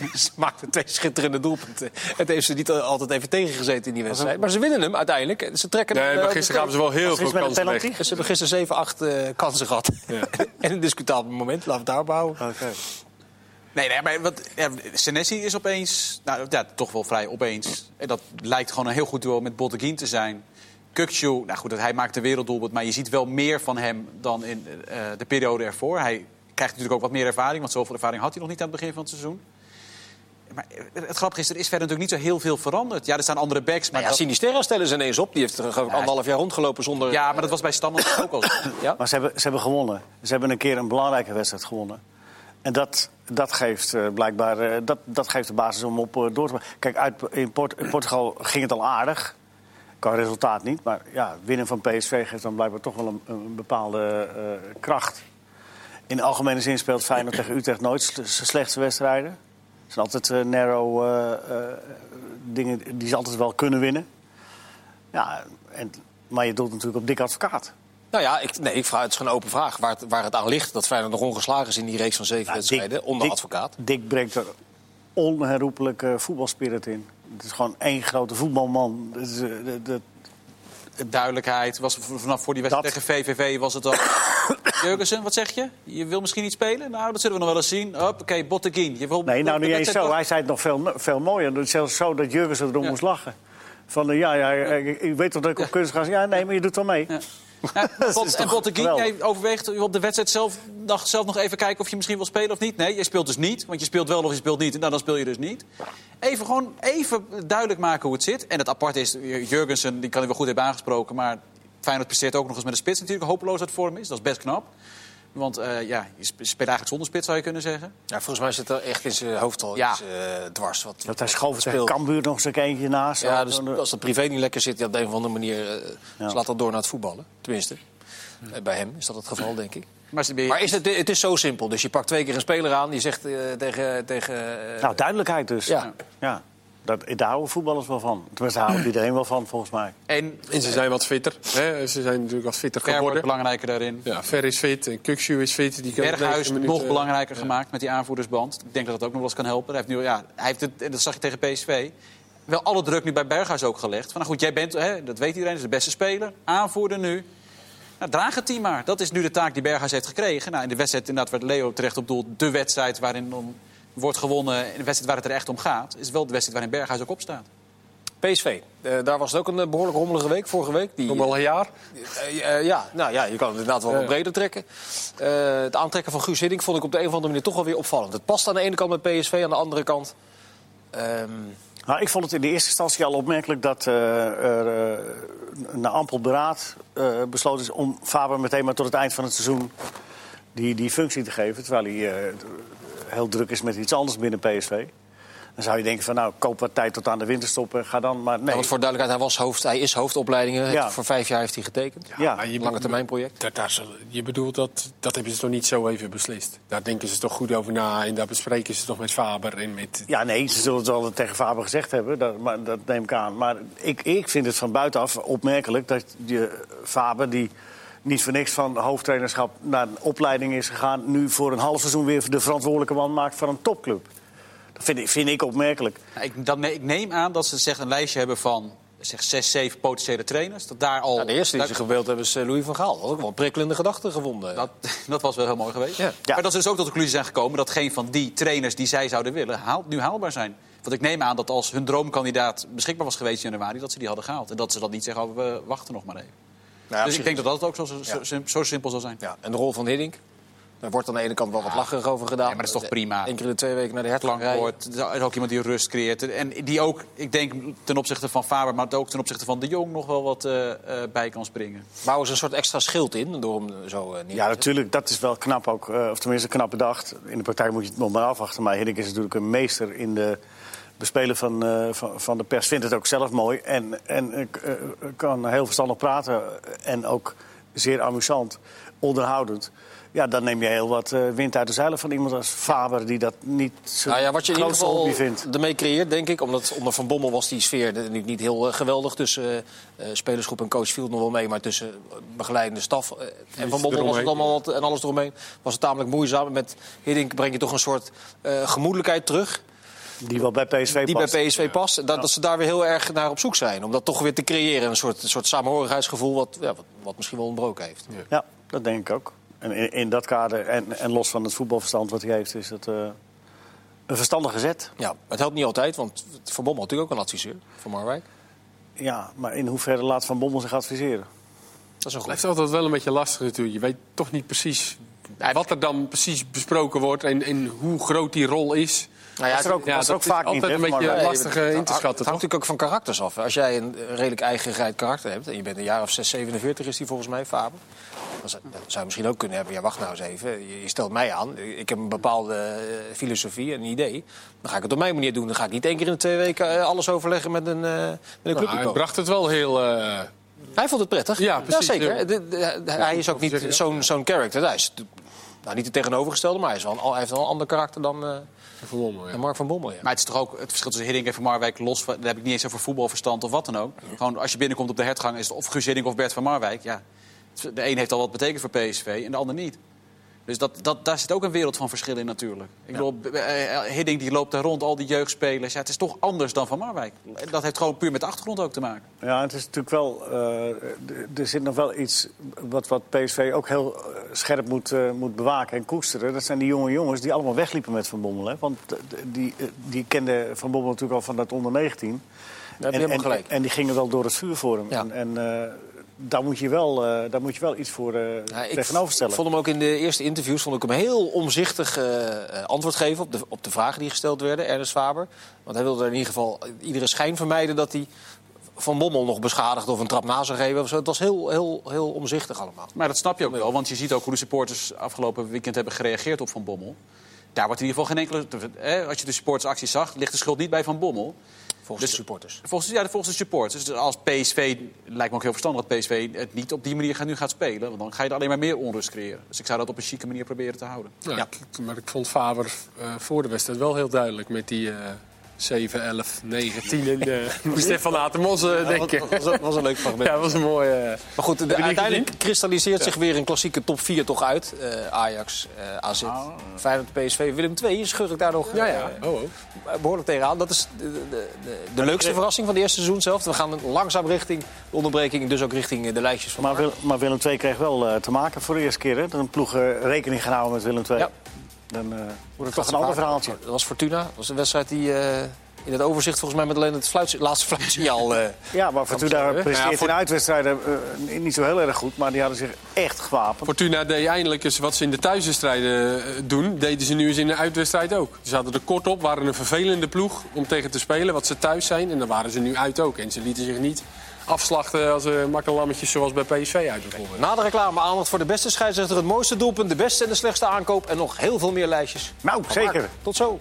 [SPEAKER 1] maakte, ze maakte twee schitterende doelpunten. Het heeft ze niet altijd even tegengezeten in die wedstrijd. Maar ze winnen hem uiteindelijk. Ze trekken hem,
[SPEAKER 3] Nee,
[SPEAKER 1] eh,
[SPEAKER 3] maar
[SPEAKER 1] op de
[SPEAKER 3] gisteren gaven
[SPEAKER 1] kant.
[SPEAKER 3] ze wel heel
[SPEAKER 4] Wat is
[SPEAKER 3] veel
[SPEAKER 4] het met een
[SPEAKER 3] kansen weg.
[SPEAKER 4] penalty?
[SPEAKER 1] Ze hebben gisteren 7, 8 kansen gehad. en een discutabel moment, laten we het daarop houden.
[SPEAKER 4] Oké.
[SPEAKER 2] Nee, nee, maar wat, ja, Senesi is opeens, nou ja, toch wel vrij opeens. En Dat lijkt gewoon een heel goed duo met Botteguin te zijn. Kukçu, nou goed, dat hij maakt de werelddoelpunt, maar je ziet wel meer van hem dan in eh, de periode ervoor. Hij krijgt natuurlijk ook wat meer ervaring, want zoveel ervaring had hij nog niet aan het begin van het seizoen. Maar eh, het grappige is, er is verder natuurlijk niet zo heel veel veranderd. Ja, er staan andere backs, maar
[SPEAKER 1] Nou ja,
[SPEAKER 2] dat-
[SPEAKER 1] Sinisterra stellen ze ineens op. Die heeft er gewoon anderhalf jaar rondgelopen zonder...
[SPEAKER 2] ja, maar dat was bij Stammer ook al zo.
[SPEAKER 1] Ja?
[SPEAKER 4] Maar ze hebben, ze hebben gewonnen. Ze hebben een keer een belangrijke wedstrijd gewonnen. En dat, dat geeft eh, blijkbaar eh, dat, dat geeft de basis om op eh, door te gaan. Kijk, uit, in, Port- in Portugal ging het al aardig. Qua resultaat niet. Maar ja, winnen van PSV geeft dan blijkbaar toch wel een, een bepaalde eh, kracht. In algemene zin speelt Feyenoord tegen Utrecht nooit sle- slechte wedstrijden. Het zijn altijd eh, narrow eh, eh, dingen die ze altijd wel kunnen winnen. Ja, en, maar je doet natuurlijk op dik advocaat.
[SPEAKER 1] Nou ja, ik, nee, ik vraag, het is gewoon een open vraag. Waar het, waar het aan ligt dat Feyenoord nog ongeslagen is in die reeks van zeven wedstrijden. Onder
[SPEAKER 4] Nou, Dick-
[SPEAKER 1] advocaat.
[SPEAKER 4] Dick brengt er onherroepelijk eh, voetbalspirit in. Het is gewoon één grote voetbalman. Het is, eh, dat- dat-
[SPEAKER 2] Duidelijkheid. Was v- vanaf voor die wedstrijd
[SPEAKER 4] Dat-
[SPEAKER 2] tegen VVV was het al. Jurgensen, wat zeg je? Je wil misschien niet spelen? Nou, dat zullen we nog wel eens zien. Hoppakee, Botteguin. Je wil...
[SPEAKER 4] nee, nou
[SPEAKER 2] de
[SPEAKER 4] niet eens
[SPEAKER 2] wedstrijd
[SPEAKER 4] zo.
[SPEAKER 2] was-
[SPEAKER 4] Hij zei het nog veel, veel mooier. Het is Zelfs zo dat Jurgensen erom
[SPEAKER 2] Ja.
[SPEAKER 4] moest lachen. Van, eh, ja, ja, ik, ik weet toch dat ik op kunst ga. Ja, nee, maar je doet wel mee.
[SPEAKER 2] Ja, Bot-
[SPEAKER 4] is
[SPEAKER 2] en
[SPEAKER 4] toch
[SPEAKER 2] Botteguin
[SPEAKER 4] geweldig?
[SPEAKER 2] nee, overweegt op de wedstrijd zelf, dag, zelf nog even kijken of je misschien wil spelen of niet. Nee, je speelt dus niet. Want je speelt wel of je speelt niet. Nou, dan speel je dus niet. Even gewoon even duidelijk maken hoe het zit. En het aparte is, Jurgensen, die kan hij wel goed hebben aangesproken. Maar Feyenoord presteert ook nog eens met een spits natuurlijk hopeloos uit vorm is. Dat is best knap. Want eh, ja, je spe- speelt eigenlijk zonder spits, zou je kunnen zeggen.
[SPEAKER 1] Ja, volgens mij zit er echt in zijn hoofd al
[SPEAKER 2] Ja.
[SPEAKER 1] iets eh, dwars. Wat,
[SPEAKER 4] Dat hij
[SPEAKER 1] wat
[SPEAKER 4] schoof tegen
[SPEAKER 1] speelt.
[SPEAKER 4] Cambuur nog eens een eentje naast.
[SPEAKER 1] Ja, dus
[SPEAKER 4] eh,
[SPEAKER 1] als dat privé niet lekker zit, ja, op de een of andere manier eh, slaat dat door naar het voetballen. Tenminste, Eh, bij hem is dat het geval, denk ik.
[SPEAKER 2] Maar ze
[SPEAKER 1] Maar is het, het is zo simpel. Dus je pakt twee keer een speler aan, die zegt eh, tegen... tegen eh,
[SPEAKER 4] Nou, duidelijkheid dus.
[SPEAKER 1] Ja.
[SPEAKER 4] ja. Dat, daar houden voetballers wel van. Tenminste, daar houdt iedereen wel van, volgens mij.
[SPEAKER 2] en
[SPEAKER 3] En ze zijn wat fitter. Hè? Ze zijn natuurlijk wat fitter
[SPEAKER 2] Ver wordt
[SPEAKER 3] geworden.
[SPEAKER 2] belangrijker daarin.
[SPEAKER 3] Ja, Ver is fit en Kukshu is fit. Die kan op
[SPEAKER 2] Berghuis
[SPEAKER 3] 90 minuten-
[SPEAKER 2] nog belangrijker gemaakt met die aanvoerdersband. Ik denk dat dat ook nog wel eens kan helpen. Hij heeft nu, ja, hij heeft het, en dat zag je tegen PSV. Wel alle druk nu bij Berghuis ook gelegd. Van, nou goed, jij bent, hè, dat weet iedereen, is de beste speler. Aanvoerder nu. Nou, draag het team maar. Dat is nu de taak die Berghuis heeft gekregen. Nou, in de wedstrijd inderdaad werd Leo terecht op doel. De wedstrijd waarin om, wordt gewonnen, in de wedstrijd waar het er echt om gaat... is wel de wedstrijd waarin Berghuis ook op staat.
[SPEAKER 1] PSV, eh, daar was het ook een eh, behoorlijk rommelige week vorige week. Die,
[SPEAKER 3] Nog wel een jaar.
[SPEAKER 1] Eh, eh, ja, nou ja, je kan het inderdaad wel wat breder trekken. Eh, het aantrekken van Guus Hiddink vond ik op de een of andere manier toch wel weer opvallend. Het past aan de ene kant met PSV, aan de andere kant... ehm,
[SPEAKER 4] Nou, ik vond het in de eerste instantie al opmerkelijk dat eh, er eh, na ampel beraad eh, besloten is om Faber meteen maar tot het eind van het seizoen die, die functie te geven. Terwijl hij eh, heel druk is met iets anders binnen PSV. Dan zou je denken van nou, koop wat tijd tot aan de winterstop en ga dan. Maar nee,
[SPEAKER 1] ja, want voor duidelijkheid, hij, was hoofd, hij is hoofdopleidingen.
[SPEAKER 4] Ja.
[SPEAKER 1] Voor vijf jaar heeft hij getekend.
[SPEAKER 4] Ja,
[SPEAKER 3] maar je
[SPEAKER 1] Lange
[SPEAKER 3] moet-
[SPEAKER 1] termijn project.
[SPEAKER 3] Dat, daar zullen- je bedoelt, dat, dat hebben ze toch niet zo even beslist? Daar denken ze toch goed over na en daar bespreken ze toch met Faber en met...
[SPEAKER 4] Ja, nee, ze zullen het wel tegen Faber gezegd hebben, dat, maar, dat neem ik aan. Maar ik, ik vind het van buitenaf opmerkelijk dat je Faber, die niet voor niks van hoofdtrainerschap naar een opleiding is gegaan, nu voor een half seizoen weer de verantwoordelijke man maakt van een topclub. Dat vind ik, vind ik opmerkelijk.
[SPEAKER 2] Nou, ik, dan, ik neem aan dat ze zeg, een lijstje hebben van zeg, zes, zeven potentiële trainers. Dat daar al...
[SPEAKER 1] Nou, de eerste die
[SPEAKER 2] daar-
[SPEAKER 1] ze gebeeld hebben is eh, Louis van Gaal. Ook wel een prikkelende gedachten gewonnen.
[SPEAKER 2] Dat, dat was wel heel mooi geweest.
[SPEAKER 1] Ja.
[SPEAKER 4] Ja.
[SPEAKER 2] Maar dat ze dus ook tot de conclusie zijn gekomen dat geen van die trainers die zij zouden willen haal, nu haalbaar zijn. Want ik neem aan dat als hun droomkandidaat beschikbaar was geweest in januari, dat ze die hadden gehaald. En dat ze dat niet zeggen, oh, we wachten nog maar even. dus ik denk dat dat ook zo, zo, zo- zo simpel zal zijn.
[SPEAKER 1] Ja, en de rol van Hiddink? Daar wordt aan de ene kant wel wat lacherig over gedaan.
[SPEAKER 2] Ja, maar dat is toch prima.
[SPEAKER 1] Eén keer in de twee weken naar de hertlang rijden.
[SPEAKER 2] Klankwoord, er is ook iemand die rust creëert. En die ook, ik denk ten opzichte van Faber, maar ook ten opzichte van de Jong nog wel wat eh, eh, bij kan springen.
[SPEAKER 1] Bouwen ze een soort extra schild in door hem eh, zo eh, neer te
[SPEAKER 4] Ja,
[SPEAKER 1] zetten.
[SPEAKER 4] natuurlijk, dat is wel knap ook. eh, of tenminste, knap bedacht. In de praktijk moet je het nog maar afwachten. Maar Hiddink is natuurlijk een meester in de bespelen van, eh, van, van de pers. Vindt het ook zelf mooi. En, en eh, k- eh, kan heel verstandig praten. En ook zeer amusant, onderhoudend. Ja, dan neem je heel wat eh, wind uit de zeilen van iemand als Faber... die dat niet zo
[SPEAKER 1] Nou ja, wat je in ieder
[SPEAKER 4] grootste
[SPEAKER 1] geval
[SPEAKER 4] hobby vindt.
[SPEAKER 1] ermee creëert, denk ik. Omdat onder Van Bommel was die sfeer natuurlijk niet heel eh, geweldig. Tussen eh, eh, spelersgroep en coach viel nog wel mee. Maar tussen eh, begeleidende staf eh, en Van Bommel was
[SPEAKER 3] eromheen.
[SPEAKER 1] het allemaal wat, en alles eromheen was het tamelijk moeizaam. En Met Hiddink breng je toch een soort eh, gemoedelijkheid terug.
[SPEAKER 4] Die wel bij PSV
[SPEAKER 1] die
[SPEAKER 4] past.
[SPEAKER 1] bij PSV past. Dat, dat ze daar weer heel erg naar op zoek zijn. Om dat toch weer te creëren. Een soort, een soort samenhorigheidsgevoel wat, ja, wat, wat misschien wel ontbroken heeft.
[SPEAKER 4] Ja, dat denk ik ook. En in, in dat kader, en, en los van het voetbalverstand wat hij heeft... is het eh, een verstandige zet.
[SPEAKER 1] Ja, het helpt niet altijd, want Van Bommel had natuurlijk ook een adviseur van Marwijk.
[SPEAKER 4] Ja, maar in hoeverre laat Van Bommel zich adviseren?
[SPEAKER 1] Dat is een goed.
[SPEAKER 3] Het blijft altijd wel een beetje lastig natuurlijk. Je weet toch niet precies wat er dan precies besproken wordt en, en hoe groot die rol is.
[SPEAKER 1] Nou ja,
[SPEAKER 4] Was er ook-
[SPEAKER 1] het-
[SPEAKER 4] was er ook
[SPEAKER 3] dat is
[SPEAKER 4] vaak niet,
[SPEAKER 3] altijd
[SPEAKER 4] hè,
[SPEAKER 3] een beetje
[SPEAKER 4] maar wij-
[SPEAKER 3] lastig eh, in te schatten,
[SPEAKER 1] Het hangt
[SPEAKER 3] toch?
[SPEAKER 1] natuurlijk ook van karakters af. Als jij een eh, redelijk eigenheid karakter hebt, en je bent een jaar of 6, 47 is die volgens mij, Faber. Dan zou dan zou je misschien ook kunnen hebben, ja wacht nou eens even, je je stelt mij aan. Ik heb een bepaalde eh, filosofie en een idee. Dan ga ik het op mijn manier doen. Dan ga ik niet één keer in de twee weken eh, alles overleggen met een, eh met een
[SPEAKER 3] Nou, hij
[SPEAKER 1] clubje.
[SPEAKER 3] bracht het wel heel... eh,
[SPEAKER 1] Hij vond het prettig.
[SPEAKER 3] Ja, precies.
[SPEAKER 1] zeker. De- de- hij is ook
[SPEAKER 3] zeg je
[SPEAKER 1] niet
[SPEAKER 3] dat?
[SPEAKER 1] zo'n zo'n character. Hij is Nou, niet het tegenovergestelde, maar hij, is wel een, hij heeft wel een ander karakter dan, eh,
[SPEAKER 3] Van Bommel, ja.
[SPEAKER 1] dan Mark van Bommel. Ja.
[SPEAKER 2] Maar het is toch ook het verschil tussen Hiddink en Van Marwijk los. van- Daar heb ik niet eens over voetbalverstand of wat dan ook. Gewoon als je binnenkomt op de hertgang is het of Guus Hiddink of Bert Van Marwijk. Ja, de een heeft al wat betekend voor PSV en de ander niet. Dus dat, dat, daar zit ook een wereld van verschil in natuurlijk. Ik bedoel, eh, eh, Hiddink die loopt daar rond, al die jeugdspelers. Ja, het is toch anders dan Van Marwijk. Dat heeft gewoon puur met de achtergrond ook te maken.
[SPEAKER 4] Ja, het is natuurlijk wel. eh, d- er zit nog wel iets wat, wat PSV ook heel eh, scherp moet, eh, moet bewaken en koesteren. Dat zijn die jonge jongens die allemaal wegliepen met Van Bommel. Hè? Want eh, d- die, eh, die kenden Van Bommel natuurlijk al van dat onder 19.
[SPEAKER 1] heb je
[SPEAKER 4] en,
[SPEAKER 1] helemaal
[SPEAKER 4] en,
[SPEAKER 1] gelijk.
[SPEAKER 4] en die gingen wel door het vuur voor hem.
[SPEAKER 1] Ja.
[SPEAKER 4] En, en eh, daar, moet je wel, eh, daar moet je wel iets voor eh
[SPEAKER 1] Ja, ik
[SPEAKER 4] tegenover stellen.
[SPEAKER 1] vond hem ook in de eerste interviews vond ik hem heel omzichtig eh, eh, antwoord geven op de, op de vragen die gesteld werden, Ernest Faber. Want hij wilde er in ieder geval iedere schijn vermijden dat hij Van Bommel nog beschadigd of een trap na zou geven. Of zo. Het was heel, heel, heel omzichtig allemaal.
[SPEAKER 2] Maar dat snap je ook wel, want je ziet ook hoe de supporters afgelopen weekend hebben gereageerd op Van Bommel. Daar wordt in ieder geval geen enkele. eh, als je de supportersacties zag, ligt de schuld niet bij Van Bommel.
[SPEAKER 1] Volgens
[SPEAKER 2] Dus-
[SPEAKER 1] de supporters.
[SPEAKER 2] Volgens, ja, volgens de supporters. Dus als PSV, lijkt me ook heel verstandig dat PSV het niet op die manier gaat, nu gaat spelen. Want dan ga je er alleen maar meer onrust creëren. Dus ik zou dat op een chique manier proberen te houden.
[SPEAKER 3] Ja, ik- maar ik vond Faber eh, voor de wedstrijd wel heel duidelijk met die eh 7, 11, 9, 10 en eh Stefan Atemos eh, denken.
[SPEAKER 1] was, een leuk fragment.
[SPEAKER 3] Ja, dat was een mooie... eh,
[SPEAKER 1] Maar goed, de-
[SPEAKER 3] jullie
[SPEAKER 1] uiteindelijk kristalliseert zich weer een klassieke top 4 toch uit. Eh, Ajax, eh AZ,
[SPEAKER 4] Oh.
[SPEAKER 1] Feyenoord, PSV, Willem II. Schurk daar nog eh,
[SPEAKER 3] Oh, oh.
[SPEAKER 1] behoorlijk tegenaan. Dat is de, de, de, de leukste verrassing van het eerste seizoen zelf. We gaan langzaam richting de onderbreking, en dus ook richting eh, de lijstjes van
[SPEAKER 4] Maar, Wil- maar Willem II kreeg wel eh, te maken voor de eerste keer. Hè? Dat een ploeg eh, rekening gaan houden met Willem II.
[SPEAKER 1] Ja.
[SPEAKER 4] Dan eh, wordt het
[SPEAKER 1] Gaat
[SPEAKER 4] toch een ander
[SPEAKER 1] ze vaak-
[SPEAKER 4] verhaaltje.
[SPEAKER 1] Dat was Fortuna. Dat was een wedstrijd die eh, in het overzicht volgens mij met alleen het fluit, laatste fluitsignaal... eh
[SPEAKER 4] Ja, maar Fortuna
[SPEAKER 1] zeggen, hè?
[SPEAKER 4] presteert in uitwedstrijden eh, niet zo heel erg goed. Maar die hadden zich echt gewapend.
[SPEAKER 3] Fortuna deed eindelijk eens wat ze in de thuiswedstrijden eh, doen. Deden ze nu eens in de uitwedstrijd ook. Ze hadden er kort op, waren een vervelende ploeg om tegen te spelen. Wat ze thuis zijn. En dan waren ze nu uit ook. En ze lieten zich niet afslachten als eh makkelammetjes zoals bij PSV uit bijvoorbeeld.
[SPEAKER 1] na de reclame aandacht voor de beste scheidsrechter, het mooiste doelpunt... de beste en de slechtste aankoop en nog heel veel meer lijstjes.
[SPEAKER 4] Nou, zeker.
[SPEAKER 1] Tot zo.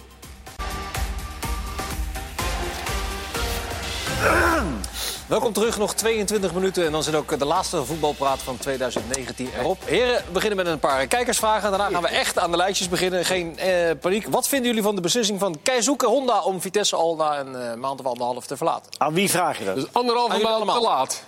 [SPEAKER 1] Welkom terug, nog 22 minuten en dan zit ook de laatste voetbalpraat van 2019 erop. Heren, we beginnen met een paar kijkersvragen. en Daarna gaan we echt aan de lijstjes beginnen. Geen eh, paniek. Wat vinden jullie van de beslissing van Keizoeke Honda om Vitesse al na een eh, maand of anderhalf te verlaten?
[SPEAKER 4] Aan wie vraag je dat?
[SPEAKER 3] Dus anderhalve
[SPEAKER 1] Aan jullie
[SPEAKER 3] maand te
[SPEAKER 1] allemaal.
[SPEAKER 3] laat.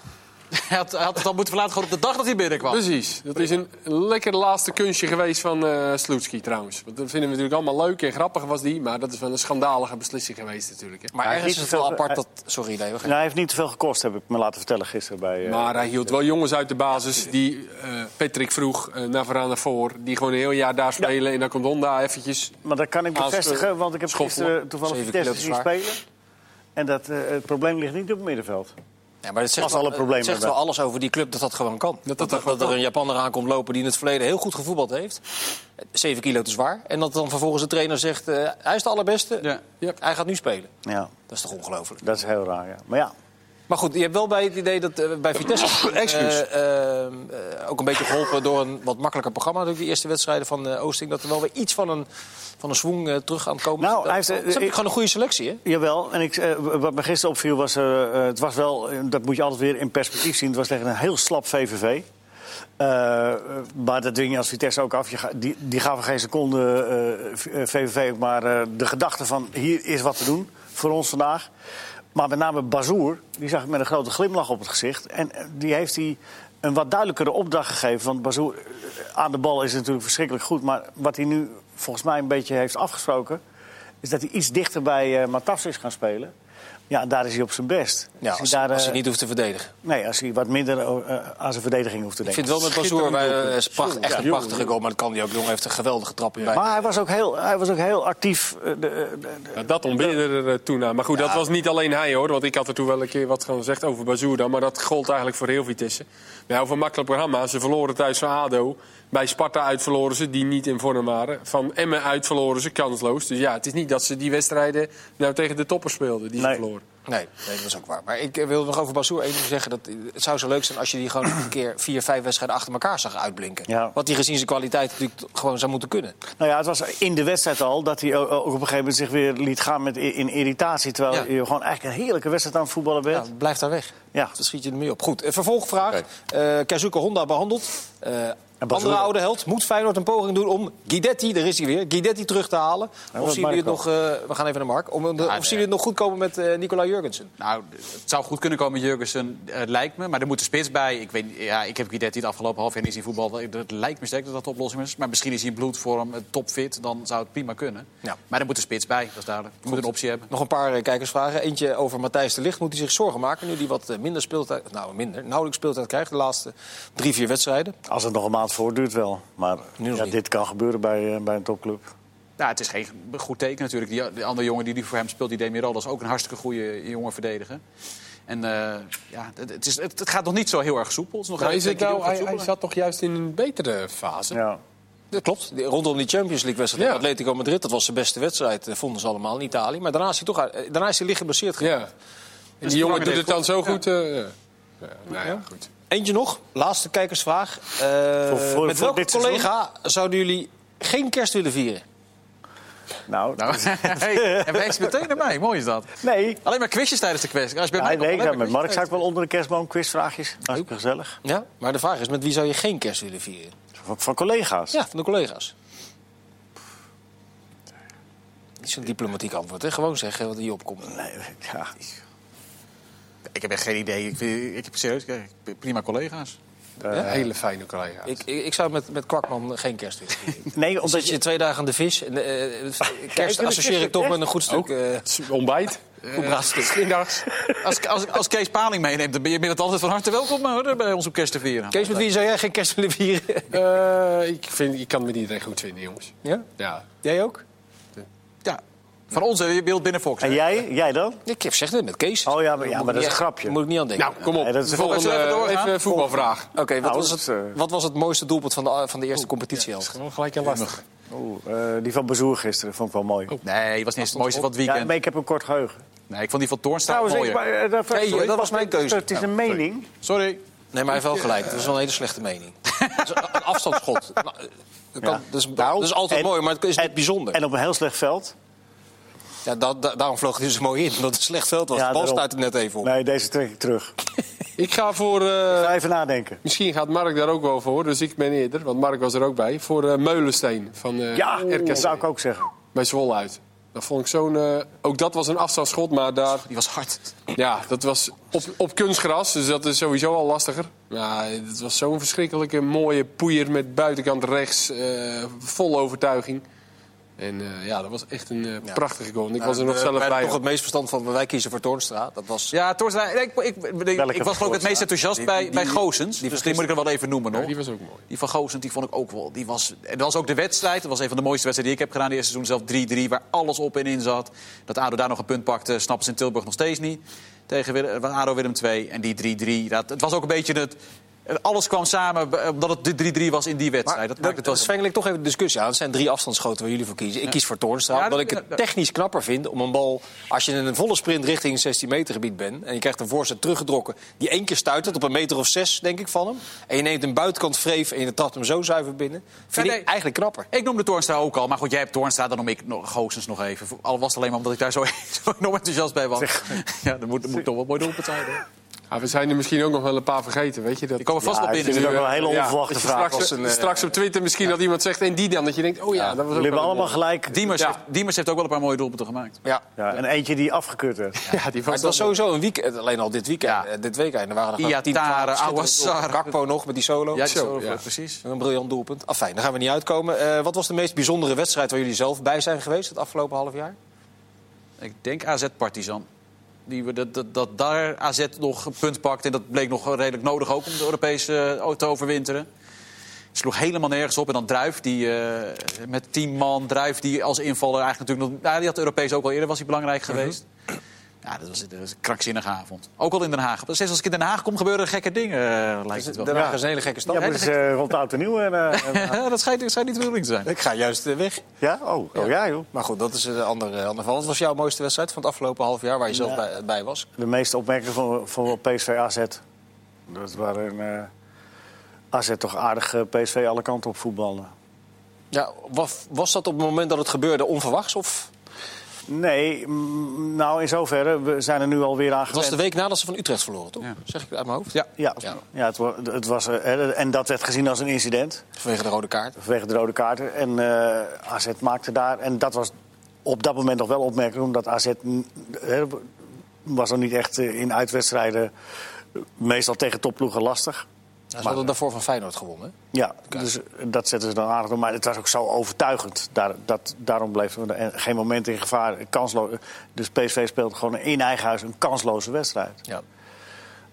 [SPEAKER 2] Hij had, hij had het al moeten verlaten gewoon op de dag dat hij binnenkwam.
[SPEAKER 3] Precies. Dat is een lekker laatste kunstje geweest van eh Sloetski trouwens. Want dat vinden we natuurlijk allemaal leuk en grappig was die. Maar dat is wel een schandalige beslissing geweest natuurlijk. Hè.
[SPEAKER 1] Maar
[SPEAKER 4] Ja,
[SPEAKER 1] ergens
[SPEAKER 4] niet
[SPEAKER 1] is het wel
[SPEAKER 4] zoveel-
[SPEAKER 1] apart
[SPEAKER 4] hij-
[SPEAKER 1] dat... Sorry, nee, we gaan...
[SPEAKER 4] Nou, hij heeft niet te veel gekost, heb ik me laten vertellen gisteren bij. eh,
[SPEAKER 3] Maar hij hield wel jongens uit de basis die eh, Patrick vroeg eh, naar vooraan naar voor. Die gewoon een heel jaar daar spelen. En dan komt Honda eventjes.
[SPEAKER 4] maar dat kan ik
[SPEAKER 3] Als, eh,
[SPEAKER 4] bevestigen, want ik heb
[SPEAKER 3] schoffelen.
[SPEAKER 4] gisteren toevallig
[SPEAKER 1] Zeven
[SPEAKER 4] Vitesse
[SPEAKER 1] kilo
[SPEAKER 4] zien
[SPEAKER 1] te
[SPEAKER 4] spelen. En dat, eh, het probleem ligt niet op het middenveld.
[SPEAKER 1] Ja, maar het zegt,
[SPEAKER 4] Als alle
[SPEAKER 1] wel, het
[SPEAKER 4] problemen
[SPEAKER 1] zegt wel
[SPEAKER 4] hebben.
[SPEAKER 1] alles over die club dat dat gewoon kan. Dat, dat, dat er een Japanner aankomt lopen die in het verleden heel goed gevoetbald heeft. Eh, Zeven kilo te zwaar. En dat dan vervolgens de trainer zegt, eh, hij is de allerbeste.
[SPEAKER 2] Ja.
[SPEAKER 1] Hij gaat nu spelen.
[SPEAKER 4] Ja,
[SPEAKER 1] Dat is toch ongelooflijk.
[SPEAKER 4] dat is heel raar. Ja. Maar ja,
[SPEAKER 1] Maar goed, je hebt wel bij het idee dat eh, bij Vitesse...
[SPEAKER 3] Excuus.
[SPEAKER 1] eh, eh, eh, ook een beetje geholpen door een wat makkelijker programma. Natuurlijk, die eerste wedstrijden van eh, Oosting. Dat er wel weer iets van een, van een zwang eh, terug aan het komen.
[SPEAKER 4] Nou,
[SPEAKER 1] Dat-
[SPEAKER 4] hij heeft, eh,
[SPEAKER 1] ze hebben
[SPEAKER 4] ik-
[SPEAKER 1] gewoon een goede selectie, hè?
[SPEAKER 4] Jawel, en ik, eh, wat me gisteren opviel was, eh, eh, het was wel, eh, dat moet je altijd weer in perspectief zien, het was tegen een heel slap VVV. Eh, eh, maar dat ding je als Vitesse ook af. Je ga- die, die gaven geen seconde eh, v- eh, VVV ook maar eh, de gedachte van hier is wat te doen voor ons vandaag. Maar met name Bazoer, die zag ik met een grote glimlach op het gezicht. En eh, die heeft hij een wat duidelijkere opdracht gegeven. Want Bazoer eh, aan de bal is natuurlijk verschrikkelijk goed. Maar wat hij nu volgens mij een beetje heeft afgesproken... is dat hij iets dichter bij eh Matas is gaan spelen. Ja, en daar is hij op zijn best.
[SPEAKER 1] Ja,
[SPEAKER 4] hij
[SPEAKER 1] als,
[SPEAKER 4] daar,
[SPEAKER 1] als
[SPEAKER 4] eh,
[SPEAKER 1] hij niet hoeft te verdedigen.
[SPEAKER 4] Nee, als hij wat minder eh, aan zijn verdediging hoeft te
[SPEAKER 1] Ik
[SPEAKER 4] denken.
[SPEAKER 1] vind wel met Bazoer wij, eh, is pracht- echt een
[SPEAKER 3] jongen,
[SPEAKER 1] prachtige goal. Maar dat kan die ook. Jong heeft een geweldige trap bij.
[SPEAKER 4] Maar hij was ook heel, hij was ook heel actief. eh, de- de- de-
[SPEAKER 3] Ja, dat ontbeerde er eh, toen aan. Maar goed, dat was niet alleen hij hoor. Want ik had er toen wel een keer wat gezegd over Bazoer dan. Maar dat gold eigenlijk voor heel Vitesse. Nou, over een makkelijk programma. Ze verloren thuis van ADO. Bij Sparta uit verloren ze, die niet in vorm waren. Van Emmen uit verloren ze, kansloos. Dus ja, het is niet dat ze die wedstrijden nou tegen de toppers speelden. Die ze
[SPEAKER 4] Nee.
[SPEAKER 3] verloren.
[SPEAKER 1] Nee, nee, dat is ook waar. Maar ik eh, wil nog over Bazoer één ding zeggen. Dat, eh, het zou zo leuk zijn als je die gewoon een keer vier, vijf wedstrijden achter elkaar zag uitblinken.
[SPEAKER 4] Ja.
[SPEAKER 1] Wat die gezien zijn kwaliteit natuurlijk t- gewoon zou moeten kunnen.
[SPEAKER 4] nou ja, het was in de wedstrijd al dat hij o- ook op een gegeven moment zich weer liet gaan met, i- in irritatie. Terwijl
[SPEAKER 1] Ja.
[SPEAKER 4] je gewoon eigenlijk een heerlijke wedstrijd aan het voetballen
[SPEAKER 1] Ja,
[SPEAKER 4] bent.
[SPEAKER 1] Nou, blijf daar weg.
[SPEAKER 4] Ja.
[SPEAKER 1] Dan schiet je er mee op. Goed, eh, vervolgvraag. Eh Keizuke Honda behandeld. Eh,
[SPEAKER 4] En Bas
[SPEAKER 1] Andere
[SPEAKER 4] Hoer-
[SPEAKER 1] oude held moet Feyenoord een poging doen om Guidetti, daar is hij weer, Guidetti terug te halen. Of
[SPEAKER 4] wat
[SPEAKER 1] zien jullie het nog,
[SPEAKER 4] Marco.
[SPEAKER 1] eh, we gaan even naar Mark, om, om de- of
[SPEAKER 2] nee.
[SPEAKER 1] zien jullie het nog goed komen met eh Nicola Jurgensen?
[SPEAKER 2] Nou, het zou goed kunnen komen met Jurgensen, eh, lijkt me. Maar er moet een spits bij. Ik, weet, ja, ik heb Guidetti het afgelopen half jaar niet zien voetbal. Het lijkt me sterk dat dat de oplossing is. Maar misschien is hij in bloedvorm eh, topfit, dan zou het prima kunnen.
[SPEAKER 1] Ja.
[SPEAKER 2] Maar er moet een spits bij, dat is duidelijk. Je moet een optie hebben.
[SPEAKER 1] Nog een paar eh, kijkersvragen. Eentje over Matthijs de Ligt. Moet hij zich zorgen maken nu hij wat eh, minder speeltijd, nou minder, nauwelijks speeltijd krijgt de laatste drie, vier wedstrijden?
[SPEAKER 4] Als het nog een maand voortduurt wel. Maar
[SPEAKER 1] Nu nog
[SPEAKER 4] ja,
[SPEAKER 1] niet.
[SPEAKER 4] dit kan gebeuren bij, eh, bij een topclub.
[SPEAKER 2] Nou, het is geen goed teken natuurlijk. Die, die andere jongen die nu voor hem speelt, die Demiral, dat is ook een hartstikke goede jongen verdediger. En eh, ja, het, het is, het, het gaat nog niet zo heel erg soepel. Het is nog
[SPEAKER 3] Maar is
[SPEAKER 2] denk
[SPEAKER 3] het
[SPEAKER 2] ik,
[SPEAKER 3] nou,
[SPEAKER 2] heel erg
[SPEAKER 3] hij, hij
[SPEAKER 2] soepel.
[SPEAKER 3] zat toch juist in een betere fase?
[SPEAKER 4] Ja.
[SPEAKER 1] Dat klopt. Die- Rondom die Champions League wedstrijd
[SPEAKER 3] Ja.
[SPEAKER 1] tegen Atletico Madrid, dat was zijn beste wedstrijd, eh, vonden ze allemaal in Italië. Maar daarna is hij toch uit- eh, daarna is hij licht geblesseerd. gegaan.
[SPEAKER 3] Ja. En die jongen doet
[SPEAKER 2] heeft
[SPEAKER 3] het dan zo
[SPEAKER 2] goed.
[SPEAKER 3] goed. eh, ja. Ja, nou ja, goed.
[SPEAKER 1] Eentje nog, laatste kijkersvraag. Eh,
[SPEAKER 4] Voor- voor-
[SPEAKER 1] met
[SPEAKER 4] voor
[SPEAKER 1] welke
[SPEAKER 4] dit seizoen?
[SPEAKER 1] collega zouden jullie geen kerst willen vieren?
[SPEAKER 4] Nou,
[SPEAKER 2] Nou, hey, en wees meteen naar mij. Mooi is dat.
[SPEAKER 4] nee.
[SPEAKER 2] Alleen maar quizjes tijdens de quiz. Als je bij
[SPEAKER 4] Hij
[SPEAKER 2] mij komt,
[SPEAKER 4] weet
[SPEAKER 2] alleen
[SPEAKER 4] dat.
[SPEAKER 2] maar
[SPEAKER 4] Met Mark
[SPEAKER 2] quizjes
[SPEAKER 4] zat ik wel onder de kerstboom quizvraagjes. Hartstikke gezellig.
[SPEAKER 1] Ja? Maar de vraag is, met wie zou je geen kerst willen vieren?
[SPEAKER 4] Van, van collega's.
[SPEAKER 1] Ja, van de collega's. Niet zo'n diplomatiek antwoord, hè? Gewoon zeggen wat hier opkomt.
[SPEAKER 4] Nee, ja.
[SPEAKER 2] tijdens- Ik heb echt geen idee. Ik, vind- ik heb serieus ik heb prima collega's.
[SPEAKER 4] Eh,
[SPEAKER 3] Hele fijne collega.
[SPEAKER 1] Ik, ik, ik zou met, met Kwakman geen kerst willen vieren.
[SPEAKER 4] nee omdat
[SPEAKER 1] Zit je
[SPEAKER 4] je...
[SPEAKER 1] twee dagen aan de vis. En, eh, kerst
[SPEAKER 4] wil
[SPEAKER 1] associeer ik toch met een goed stuk. eh
[SPEAKER 3] Ontbijt.
[SPEAKER 1] goed braadstuk.
[SPEAKER 3] Indags.
[SPEAKER 2] Als, als, als Kees Paling meeneemt, dan ben je bent het altijd van harte welkom hoor, bij ons op kerst te vieren.
[SPEAKER 1] Kees, met wie zou jij geen kerst willen vieren?
[SPEAKER 3] Eh, ik, vind, ik kan met iedereen goed vinden, jongens.
[SPEAKER 1] Ja?
[SPEAKER 3] Ja.
[SPEAKER 1] Jij ook?
[SPEAKER 2] Ja. Van ons, hè, je beeld binnen Fox.
[SPEAKER 4] En jij? Jij dan?
[SPEAKER 1] Ik heb zeg net met Kees.
[SPEAKER 4] Oh ja, maar, ja, maar dat is een
[SPEAKER 1] Daar
[SPEAKER 4] grapje.
[SPEAKER 1] moet ik niet aan denken.
[SPEAKER 3] Nou, kom op.
[SPEAKER 4] Nee, dat is-
[SPEAKER 3] Volgende,
[SPEAKER 2] Zullen we even
[SPEAKER 3] eh,
[SPEAKER 2] doorgaan?
[SPEAKER 3] even een voetbalvraag.
[SPEAKER 1] Oké, wat,
[SPEAKER 4] Nou,
[SPEAKER 1] was
[SPEAKER 4] dat,
[SPEAKER 1] het-
[SPEAKER 4] eh, Oh,
[SPEAKER 1] wat was het mooiste doelpunt van de, van de eerste competitie?
[SPEAKER 3] Gewoon gelijk een lastig.
[SPEAKER 4] Oeh, eh, die van Bezoer gisteren vond ik wel mooi.
[SPEAKER 2] Nee, het was niet eens het mooiste van het
[SPEAKER 4] Ja,
[SPEAKER 2] weekend.
[SPEAKER 4] maar ik heb een kort geheugen.
[SPEAKER 2] Nee, ik vond die van Toornstra
[SPEAKER 4] Trouwens, ik,
[SPEAKER 2] mooier.
[SPEAKER 4] maar, eh, dat,
[SPEAKER 1] Nee,
[SPEAKER 4] sorry,
[SPEAKER 1] dat was mijn keuze.
[SPEAKER 4] Het is een mening.
[SPEAKER 2] Sorry.
[SPEAKER 1] Nee, maar hij heeft wel gelijk. Dat is wel een hele slechte mening. Dat is een afstandsschot. Nou, eh, dat, kan-
[SPEAKER 4] Ja. Nou,
[SPEAKER 1] dat, is, dat is altijd
[SPEAKER 4] en-
[SPEAKER 1] mooi, maar het is niet
[SPEAKER 4] en-
[SPEAKER 1] bijzonder.
[SPEAKER 4] En op een heel slecht veld.
[SPEAKER 1] ja, da- da- daarom vloog hij dus mooi in, omdat het een slecht veld was.
[SPEAKER 4] Ja,
[SPEAKER 1] de bal
[SPEAKER 4] daarom.
[SPEAKER 1] stuit hem net even op.
[SPEAKER 4] Nee, deze trek ik terug.
[SPEAKER 3] Ik ga voor... eh,
[SPEAKER 4] Ga even nadenken.
[SPEAKER 3] Misschien gaat Mark daar ook wel voor, dus ik ben eerder, want Mark was er ook bij. Voor eh, Meulensteen van eh,
[SPEAKER 4] Ja,
[SPEAKER 3] RKC.
[SPEAKER 4] dat zou ik ook zeggen. Ah,
[SPEAKER 3] bij Zwolle uit. Dat vond ik zo'n. eh, ook dat was een afstandsschot, maar daar.
[SPEAKER 2] Die was hard.
[SPEAKER 3] Ja, dat was op, op kunstgras, dus dat is sowieso al lastiger. Maar het was zo'n verschrikkelijke mooie poeier met buitenkant rechts. eh, vol overtuiging. En eh, ja, dat was echt een eh, prachtige goal. En eh, ik was er nog
[SPEAKER 1] We-
[SPEAKER 3] zelf
[SPEAKER 1] we hebben
[SPEAKER 3] bij.
[SPEAKER 1] toch het meest verstand van, wij kiezen voor Toornstra. Dat was...
[SPEAKER 2] Ja, Toornstra. Ik, ik, ik, ik
[SPEAKER 4] van
[SPEAKER 2] was geloof ik het meest
[SPEAKER 4] Toornstra?
[SPEAKER 2] enthousiast bij, bij Goosens. dus die moet ik er wel even noemen nog.
[SPEAKER 3] die was ook mooi.
[SPEAKER 2] Die van Goosend, die vond ik ook wel. Die was, en dat was ook de wedstrijd. Dat was een van de mooiste wedstrijden die ik heb gedaan. De eerste seizoen zelf 3-3, waar alles op en in zat. Dat ADO daar nog een punt pakte, snappen ze in Tilburg nog steeds niet. Tegen Wille- eh, ADO Willem 2 en die 3-3. Dat, het was ook een beetje het... het- Alles kwam samen, eh, omdat het de 3-3 was in die wedstrijd. dat maakt het wel...
[SPEAKER 1] Sven, wil ik toch even de discussie aan. Het zijn drie afstandsschoten waar jullie voor kiezen. Ik kies voor Toornstra,
[SPEAKER 2] Ja,
[SPEAKER 1] omdat
[SPEAKER 2] dat-
[SPEAKER 1] ik het
[SPEAKER 2] dat-
[SPEAKER 1] technisch knapper vind om een bal... als je in een volle sprint richting een 16-meter gebied bent... en je krijgt een voorzet teruggedrokken die één keer stuitert... op een meter of zes, denk ik, van hem. En je neemt een buitenkant vreef en je trapt hem zo zuiver binnen. Vind
[SPEAKER 2] Ja, nee.
[SPEAKER 1] ik eigenlijk knapper.
[SPEAKER 2] Ik noemde Toornstra ook al, maar goed, jij hebt Toornstra, dan noem ik nog, Goossens nog even. Al was het alleen maar omdat ik daar zo, zo enorm enthousiast bij was. Ja, dat moet, dat moet toch wel mooi doelpunt zijn. hoor.
[SPEAKER 3] Ah, we zijn er misschien ook nog wel een paar vergeten, weet je dat?
[SPEAKER 2] Die komen vast
[SPEAKER 4] Ja,
[SPEAKER 2] wel
[SPEAKER 4] ik
[SPEAKER 2] binnen.
[SPEAKER 4] vind het ook wel een hele
[SPEAKER 3] Ja,
[SPEAKER 4] onverwachte
[SPEAKER 3] dat je
[SPEAKER 4] vraag.
[SPEAKER 3] Straks,
[SPEAKER 4] was een, eh,
[SPEAKER 3] straks op Twitter misschien dat iemand zegt en die dan. Dat je denkt, oh ja, dat was ook
[SPEAKER 4] Jullie hebben
[SPEAKER 3] wel een
[SPEAKER 4] allemaal gelijk.
[SPEAKER 2] Diemers,
[SPEAKER 3] Ja.
[SPEAKER 2] heeft, Diemers heeft ook wel een paar mooie doelpunten gemaakt.
[SPEAKER 1] Ja.
[SPEAKER 4] Ja, en eentje die afgekeurd werd.
[SPEAKER 3] Ja, die
[SPEAKER 1] Maar het was sowieso een weekend, alleen al dit weekend.
[SPEAKER 2] Ja.
[SPEAKER 1] eh, Dit weekend. Er waren er
[SPEAKER 2] Iatare,
[SPEAKER 1] 10, 12 schitterende
[SPEAKER 2] Awassar.
[SPEAKER 1] doelpunten. Gakpo nog met die solo.
[SPEAKER 2] Ja, zo,
[SPEAKER 3] ja.
[SPEAKER 2] precies.
[SPEAKER 1] Een briljant doelpunt. Afijn, daar gaan we niet uitkomen. Eh, wat was de meest bijzondere wedstrijd waar jullie zelf bij zijn geweest het afgelopen half jaar?
[SPEAKER 2] Ik denk AZ Partizan. Die, we- dat, dat, dat daar AZ nog een punt pakt. En dat bleek nog redelijk nodig ook om de Europese eh, te overwinteren. Sloeg helemaal nergens op. En dan Druif, die eh, met tien man. Druif, die als invaller eigenlijk natuurlijk... nog- Ja, die had Europees ook al eerder, was hij belangrijk
[SPEAKER 4] Mhm.
[SPEAKER 2] geweest. Ja, dat was, dat was een krankzinnige avond. Ook al in Den Haag. Steeds als ik in Den Haag kom, gebeuren er gekke dingen, eh,
[SPEAKER 4] Dus
[SPEAKER 2] lijkt het wel.
[SPEAKER 1] Daarna is een hele gekke
[SPEAKER 4] Ja,
[SPEAKER 1] stand.
[SPEAKER 4] maar dat is eh, rond oud en nieuw. En, eh, en-
[SPEAKER 2] dat schijnt, dat schijnt niet de bedoeling te zijn.
[SPEAKER 1] Ik ga juist eh, weg.
[SPEAKER 4] ja? Oh, oh ja, joh.
[SPEAKER 1] Maar goed, dat is een ander, eh, ander verhaal. Wat was jouw mooiste wedstrijd van het afgelopen half jaar waar je zelf bij, eh, bij was?
[SPEAKER 4] De meeste opmerkingen van, van PSV AZ. Dat waren eh, AZ toch aardig eh, PSV alle kanten op voetballen.
[SPEAKER 1] Ja, was, was dat op het moment dat het gebeurde onverwachts? Of?
[SPEAKER 4] Nee, mm, nou in zoverre, we zijn er nu alweer aan
[SPEAKER 1] Het was
[SPEAKER 4] gewend.
[SPEAKER 1] de week nadat ze van Utrecht verloren, toch?
[SPEAKER 2] Ja.
[SPEAKER 1] Zeg ik uit mijn hoofd?
[SPEAKER 2] Ja.
[SPEAKER 4] Ja,
[SPEAKER 1] Ja.
[SPEAKER 4] ja. het, wa- het was, eh, hè, en dat werd gezien als een incident.
[SPEAKER 1] Vanwege de rode kaart.
[SPEAKER 4] Vanwege de rode kaarten. En eh, AZ maakte daar. En dat was op dat moment nog wel opmerkelijk. Omdat AZ n- hè, was nog niet echt eh, in uitwedstrijden. eh, Meestal tegen topploegen lastig.
[SPEAKER 1] Ze hadden daarvoor van Feyenoord gewonnen. hè?
[SPEAKER 4] Ja, dus eh, dat zetten ze dan aardig door. Maar het was ook zo overtuigend. Daar, dat, daarom bleef er eh, geen moment in gevaar. Kanslo, dus PSV speelt gewoon in eigen huis een kansloze wedstrijd.
[SPEAKER 1] Ja.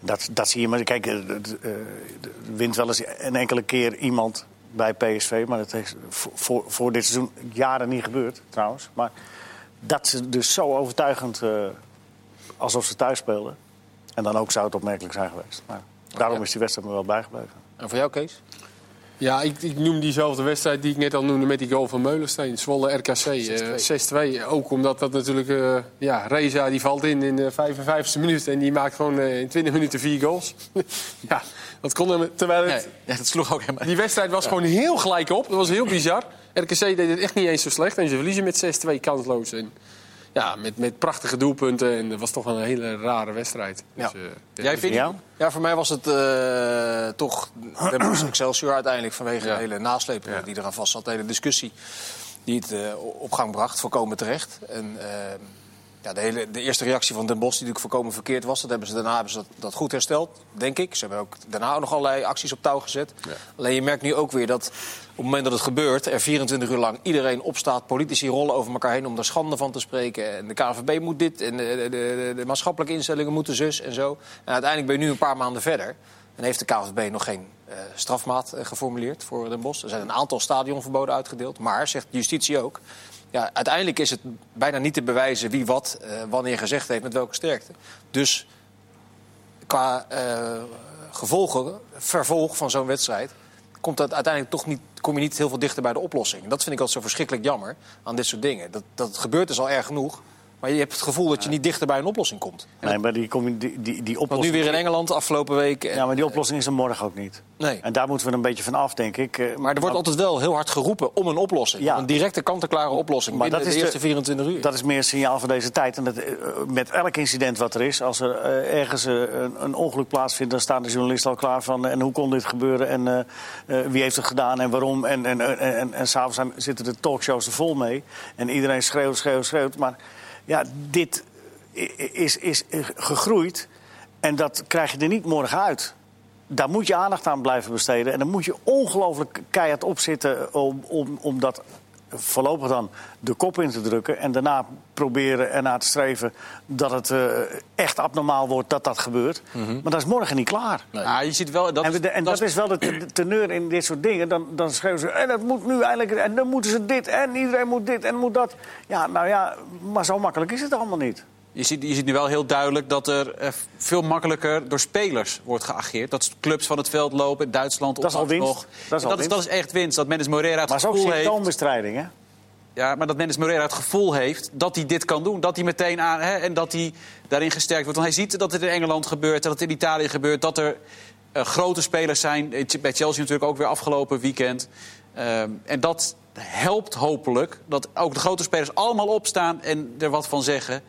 [SPEAKER 4] Dat, dat zie je. Maar kijk, eh, het, eh, er wint wel eens een enkele keer iemand bij PSV. Maar dat is voor, voor, voor dit seizoen jaren niet gebeurd, trouwens. Maar dat ze dus zo overtuigend, eh, alsof ze thuis speelden. En dan ook zou het opmerkelijk zijn geweest. Maar daarom is die wedstrijd me wel bijgebleven.
[SPEAKER 1] En voor jou, Kees?
[SPEAKER 3] Ja, ik, ik noem diezelfde wedstrijd die ik net al noemde met die goal van Meulensteen. Zwolle RKC eh, 6-2. Ook omdat dat natuurlijk... eh, ja, Reza die valt in in de 55e minuut en die maakt gewoon eh, in 20 minuten vier goals. ja, dat kon hem... Terwijl het,
[SPEAKER 2] Nee, ja, dat sloeg ook helemaal
[SPEAKER 3] die wedstrijd was gewoon heel gelijk op. Dat was heel bizar. RKC deed het echt niet eens zo slecht. En ze verliezen met 6-2 kansloos. En, ja, met, met prachtige doelpunten. En dat was toch wel een hele rare wedstrijd. Dus,
[SPEAKER 1] Ja.
[SPEAKER 3] eh,
[SPEAKER 2] Jij vindt...
[SPEAKER 4] Ja?
[SPEAKER 1] Ja, voor mij was het eh, toch Den Bosch Excelsior uiteindelijk vanwege de hele nasleep eh, die eraan vast zat. De hele discussie die het eh, op gang bracht, voorkomen terecht. En eh, ja, de, hele, de eerste reactie van Den Bosch die natuurlijk voorkomen verkeerd was, dat hebben ze, daarna hebben ze dat, dat goed hersteld, denk ik. Ze hebben ook daarna ook nog allerlei acties op touw gezet. Alleen je merkt nu ook weer dat op het moment dat het gebeurt, er 24 uur lang iedereen opstaat, politici rollen over elkaar heen om daar schande van te spreken. En de KNVB moet dit en de, de, de, de maatschappelijke instellingen moeten zus en zo. En uiteindelijk ben je nu een paar maanden verder en heeft de KNVB nog geen eh, strafmaat eh, geformuleerd voor Den Bosch. Er zijn een aantal stadionverboden uitgedeeld, maar, zegt justitie ook, ja, uiteindelijk is het bijna niet te bewijzen wie wat eh, wanneer gezegd heeft met welke sterkte. Dus qua eh, gevolgen, vervolg van zo'n wedstrijd. Komt dat uiteindelijk toch niet, kom je niet heel veel dichter bij de oplossing. En Dat vind ik altijd zo verschrikkelijk jammer aan dit soort dingen. Dat, dat gebeurt is al erg genoeg. Maar je hebt het gevoel dat je niet dichter bij een oplossing komt.
[SPEAKER 4] Nee, maar die, commu- die, die, die
[SPEAKER 1] Want nu
[SPEAKER 4] oplossing...
[SPEAKER 1] weer in Engeland afgelopen week. eh,
[SPEAKER 4] Ja, maar die oplossing is er morgen ook niet.
[SPEAKER 1] Nee.
[SPEAKER 4] En daar moeten we een beetje van af, denk ik. Eh,
[SPEAKER 1] Maar er wordt altijd wel heel hard geroepen om een oplossing.
[SPEAKER 4] Ja.
[SPEAKER 1] Om Een directe kant-en-klare oplossing
[SPEAKER 4] Maar
[SPEAKER 1] binnen
[SPEAKER 4] dat
[SPEAKER 1] de
[SPEAKER 4] is
[SPEAKER 1] eerste
[SPEAKER 4] de-
[SPEAKER 1] 24 uur.
[SPEAKER 4] Dat is meer een signaal van deze tijd. En dat, eh, met elk incident wat er is, als er eh, ergens eh, een, een ongeluk plaatsvindt, dan staan de journalisten al klaar van. eh, En hoe kon dit gebeuren? En eh, eh, wie heeft het gedaan en waarom? En, en, en, en, en, s'avonds zijn- zitten de talkshows er vol mee. En iedereen schreeuwt, schreeuwt, schreeuwt. Maar ja, dit i- i- is, is eh, gegroeid. En dat krijg je er niet morgen uit. Daar moet je aandacht aan blijven besteden. En dan moet je ongelooflijk keihard opzitten om, om, om dat voorlopig dan de kop in te drukken. En daarna proberen ernaar te streven dat het eh, echt abnormaal wordt dat dat gebeurt. Maar dat is morgen niet klaar.
[SPEAKER 2] Ah, je ziet wel... Dat
[SPEAKER 4] en we- de- en Mhm. dat, is wel de te- de teneur in dit soort dingen. Dan, dan schreeuwen ze, en dat moet nu eigenlijk, en dan moeten ze dit, en iedereen moet dit, en moet dat. Ja, nou ja, maar zo makkelijk is het allemaal niet.
[SPEAKER 2] Je ziet, je ziet nu wel heel duidelijk dat er eh, veel makkelijker door spelers wordt geageageerd. Dat clubs van het veld lopen, in Duitsland
[SPEAKER 4] Dat is al
[SPEAKER 2] onlangs
[SPEAKER 4] winst.
[SPEAKER 2] nog.
[SPEAKER 4] Dat is
[SPEAKER 2] En dat,
[SPEAKER 4] al
[SPEAKER 2] is,
[SPEAKER 4] winst.
[SPEAKER 2] dat is echt winst. Dat Mendes Moreira het
[SPEAKER 4] Maar het is
[SPEAKER 2] gevoel
[SPEAKER 4] ook
[SPEAKER 2] heeft...
[SPEAKER 4] symptoombestrijding, hè?
[SPEAKER 2] Ja, maar dat Mendes Moreira het gevoel heeft dat hij dit kan doen. Dat hij meteen aan... Hè, en dat hij daarin gesterkt wordt. Want hij ziet dat het in Engeland gebeurt, dat het in Italië gebeurt. Dat er eh, grote spelers zijn. Eh, Bij Chelsea natuurlijk ook weer afgelopen weekend. Ehm, en dat helpt hopelijk dat ook de grote spelers allemaal opstaan en er wat van zeggen.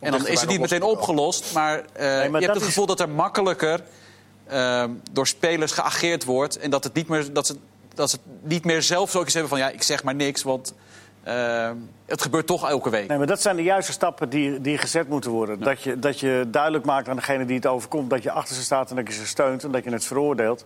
[SPEAKER 2] En dan
[SPEAKER 1] dichter
[SPEAKER 2] is het
[SPEAKER 1] bij
[SPEAKER 2] niet
[SPEAKER 1] de
[SPEAKER 2] meteen opgelost. Maar, eh,
[SPEAKER 4] dat
[SPEAKER 2] je hebt het
[SPEAKER 4] is-
[SPEAKER 2] gevoel dat er makkelijker ehm, door spelers geageerd wordt. En dat, het niet meer, dat, ze, dat ze niet meer zelf zoiets hebben van... ja, ik zeg maar niks, want ehm, het gebeurt toch elke week.
[SPEAKER 4] Nee, maar dat zijn de juiste stappen die, die gezet moeten worden. Dat, je, dat je duidelijk maakt aan degene die het overkomt... dat je achter ze staat en dat je ze steunt en dat je het veroordeelt.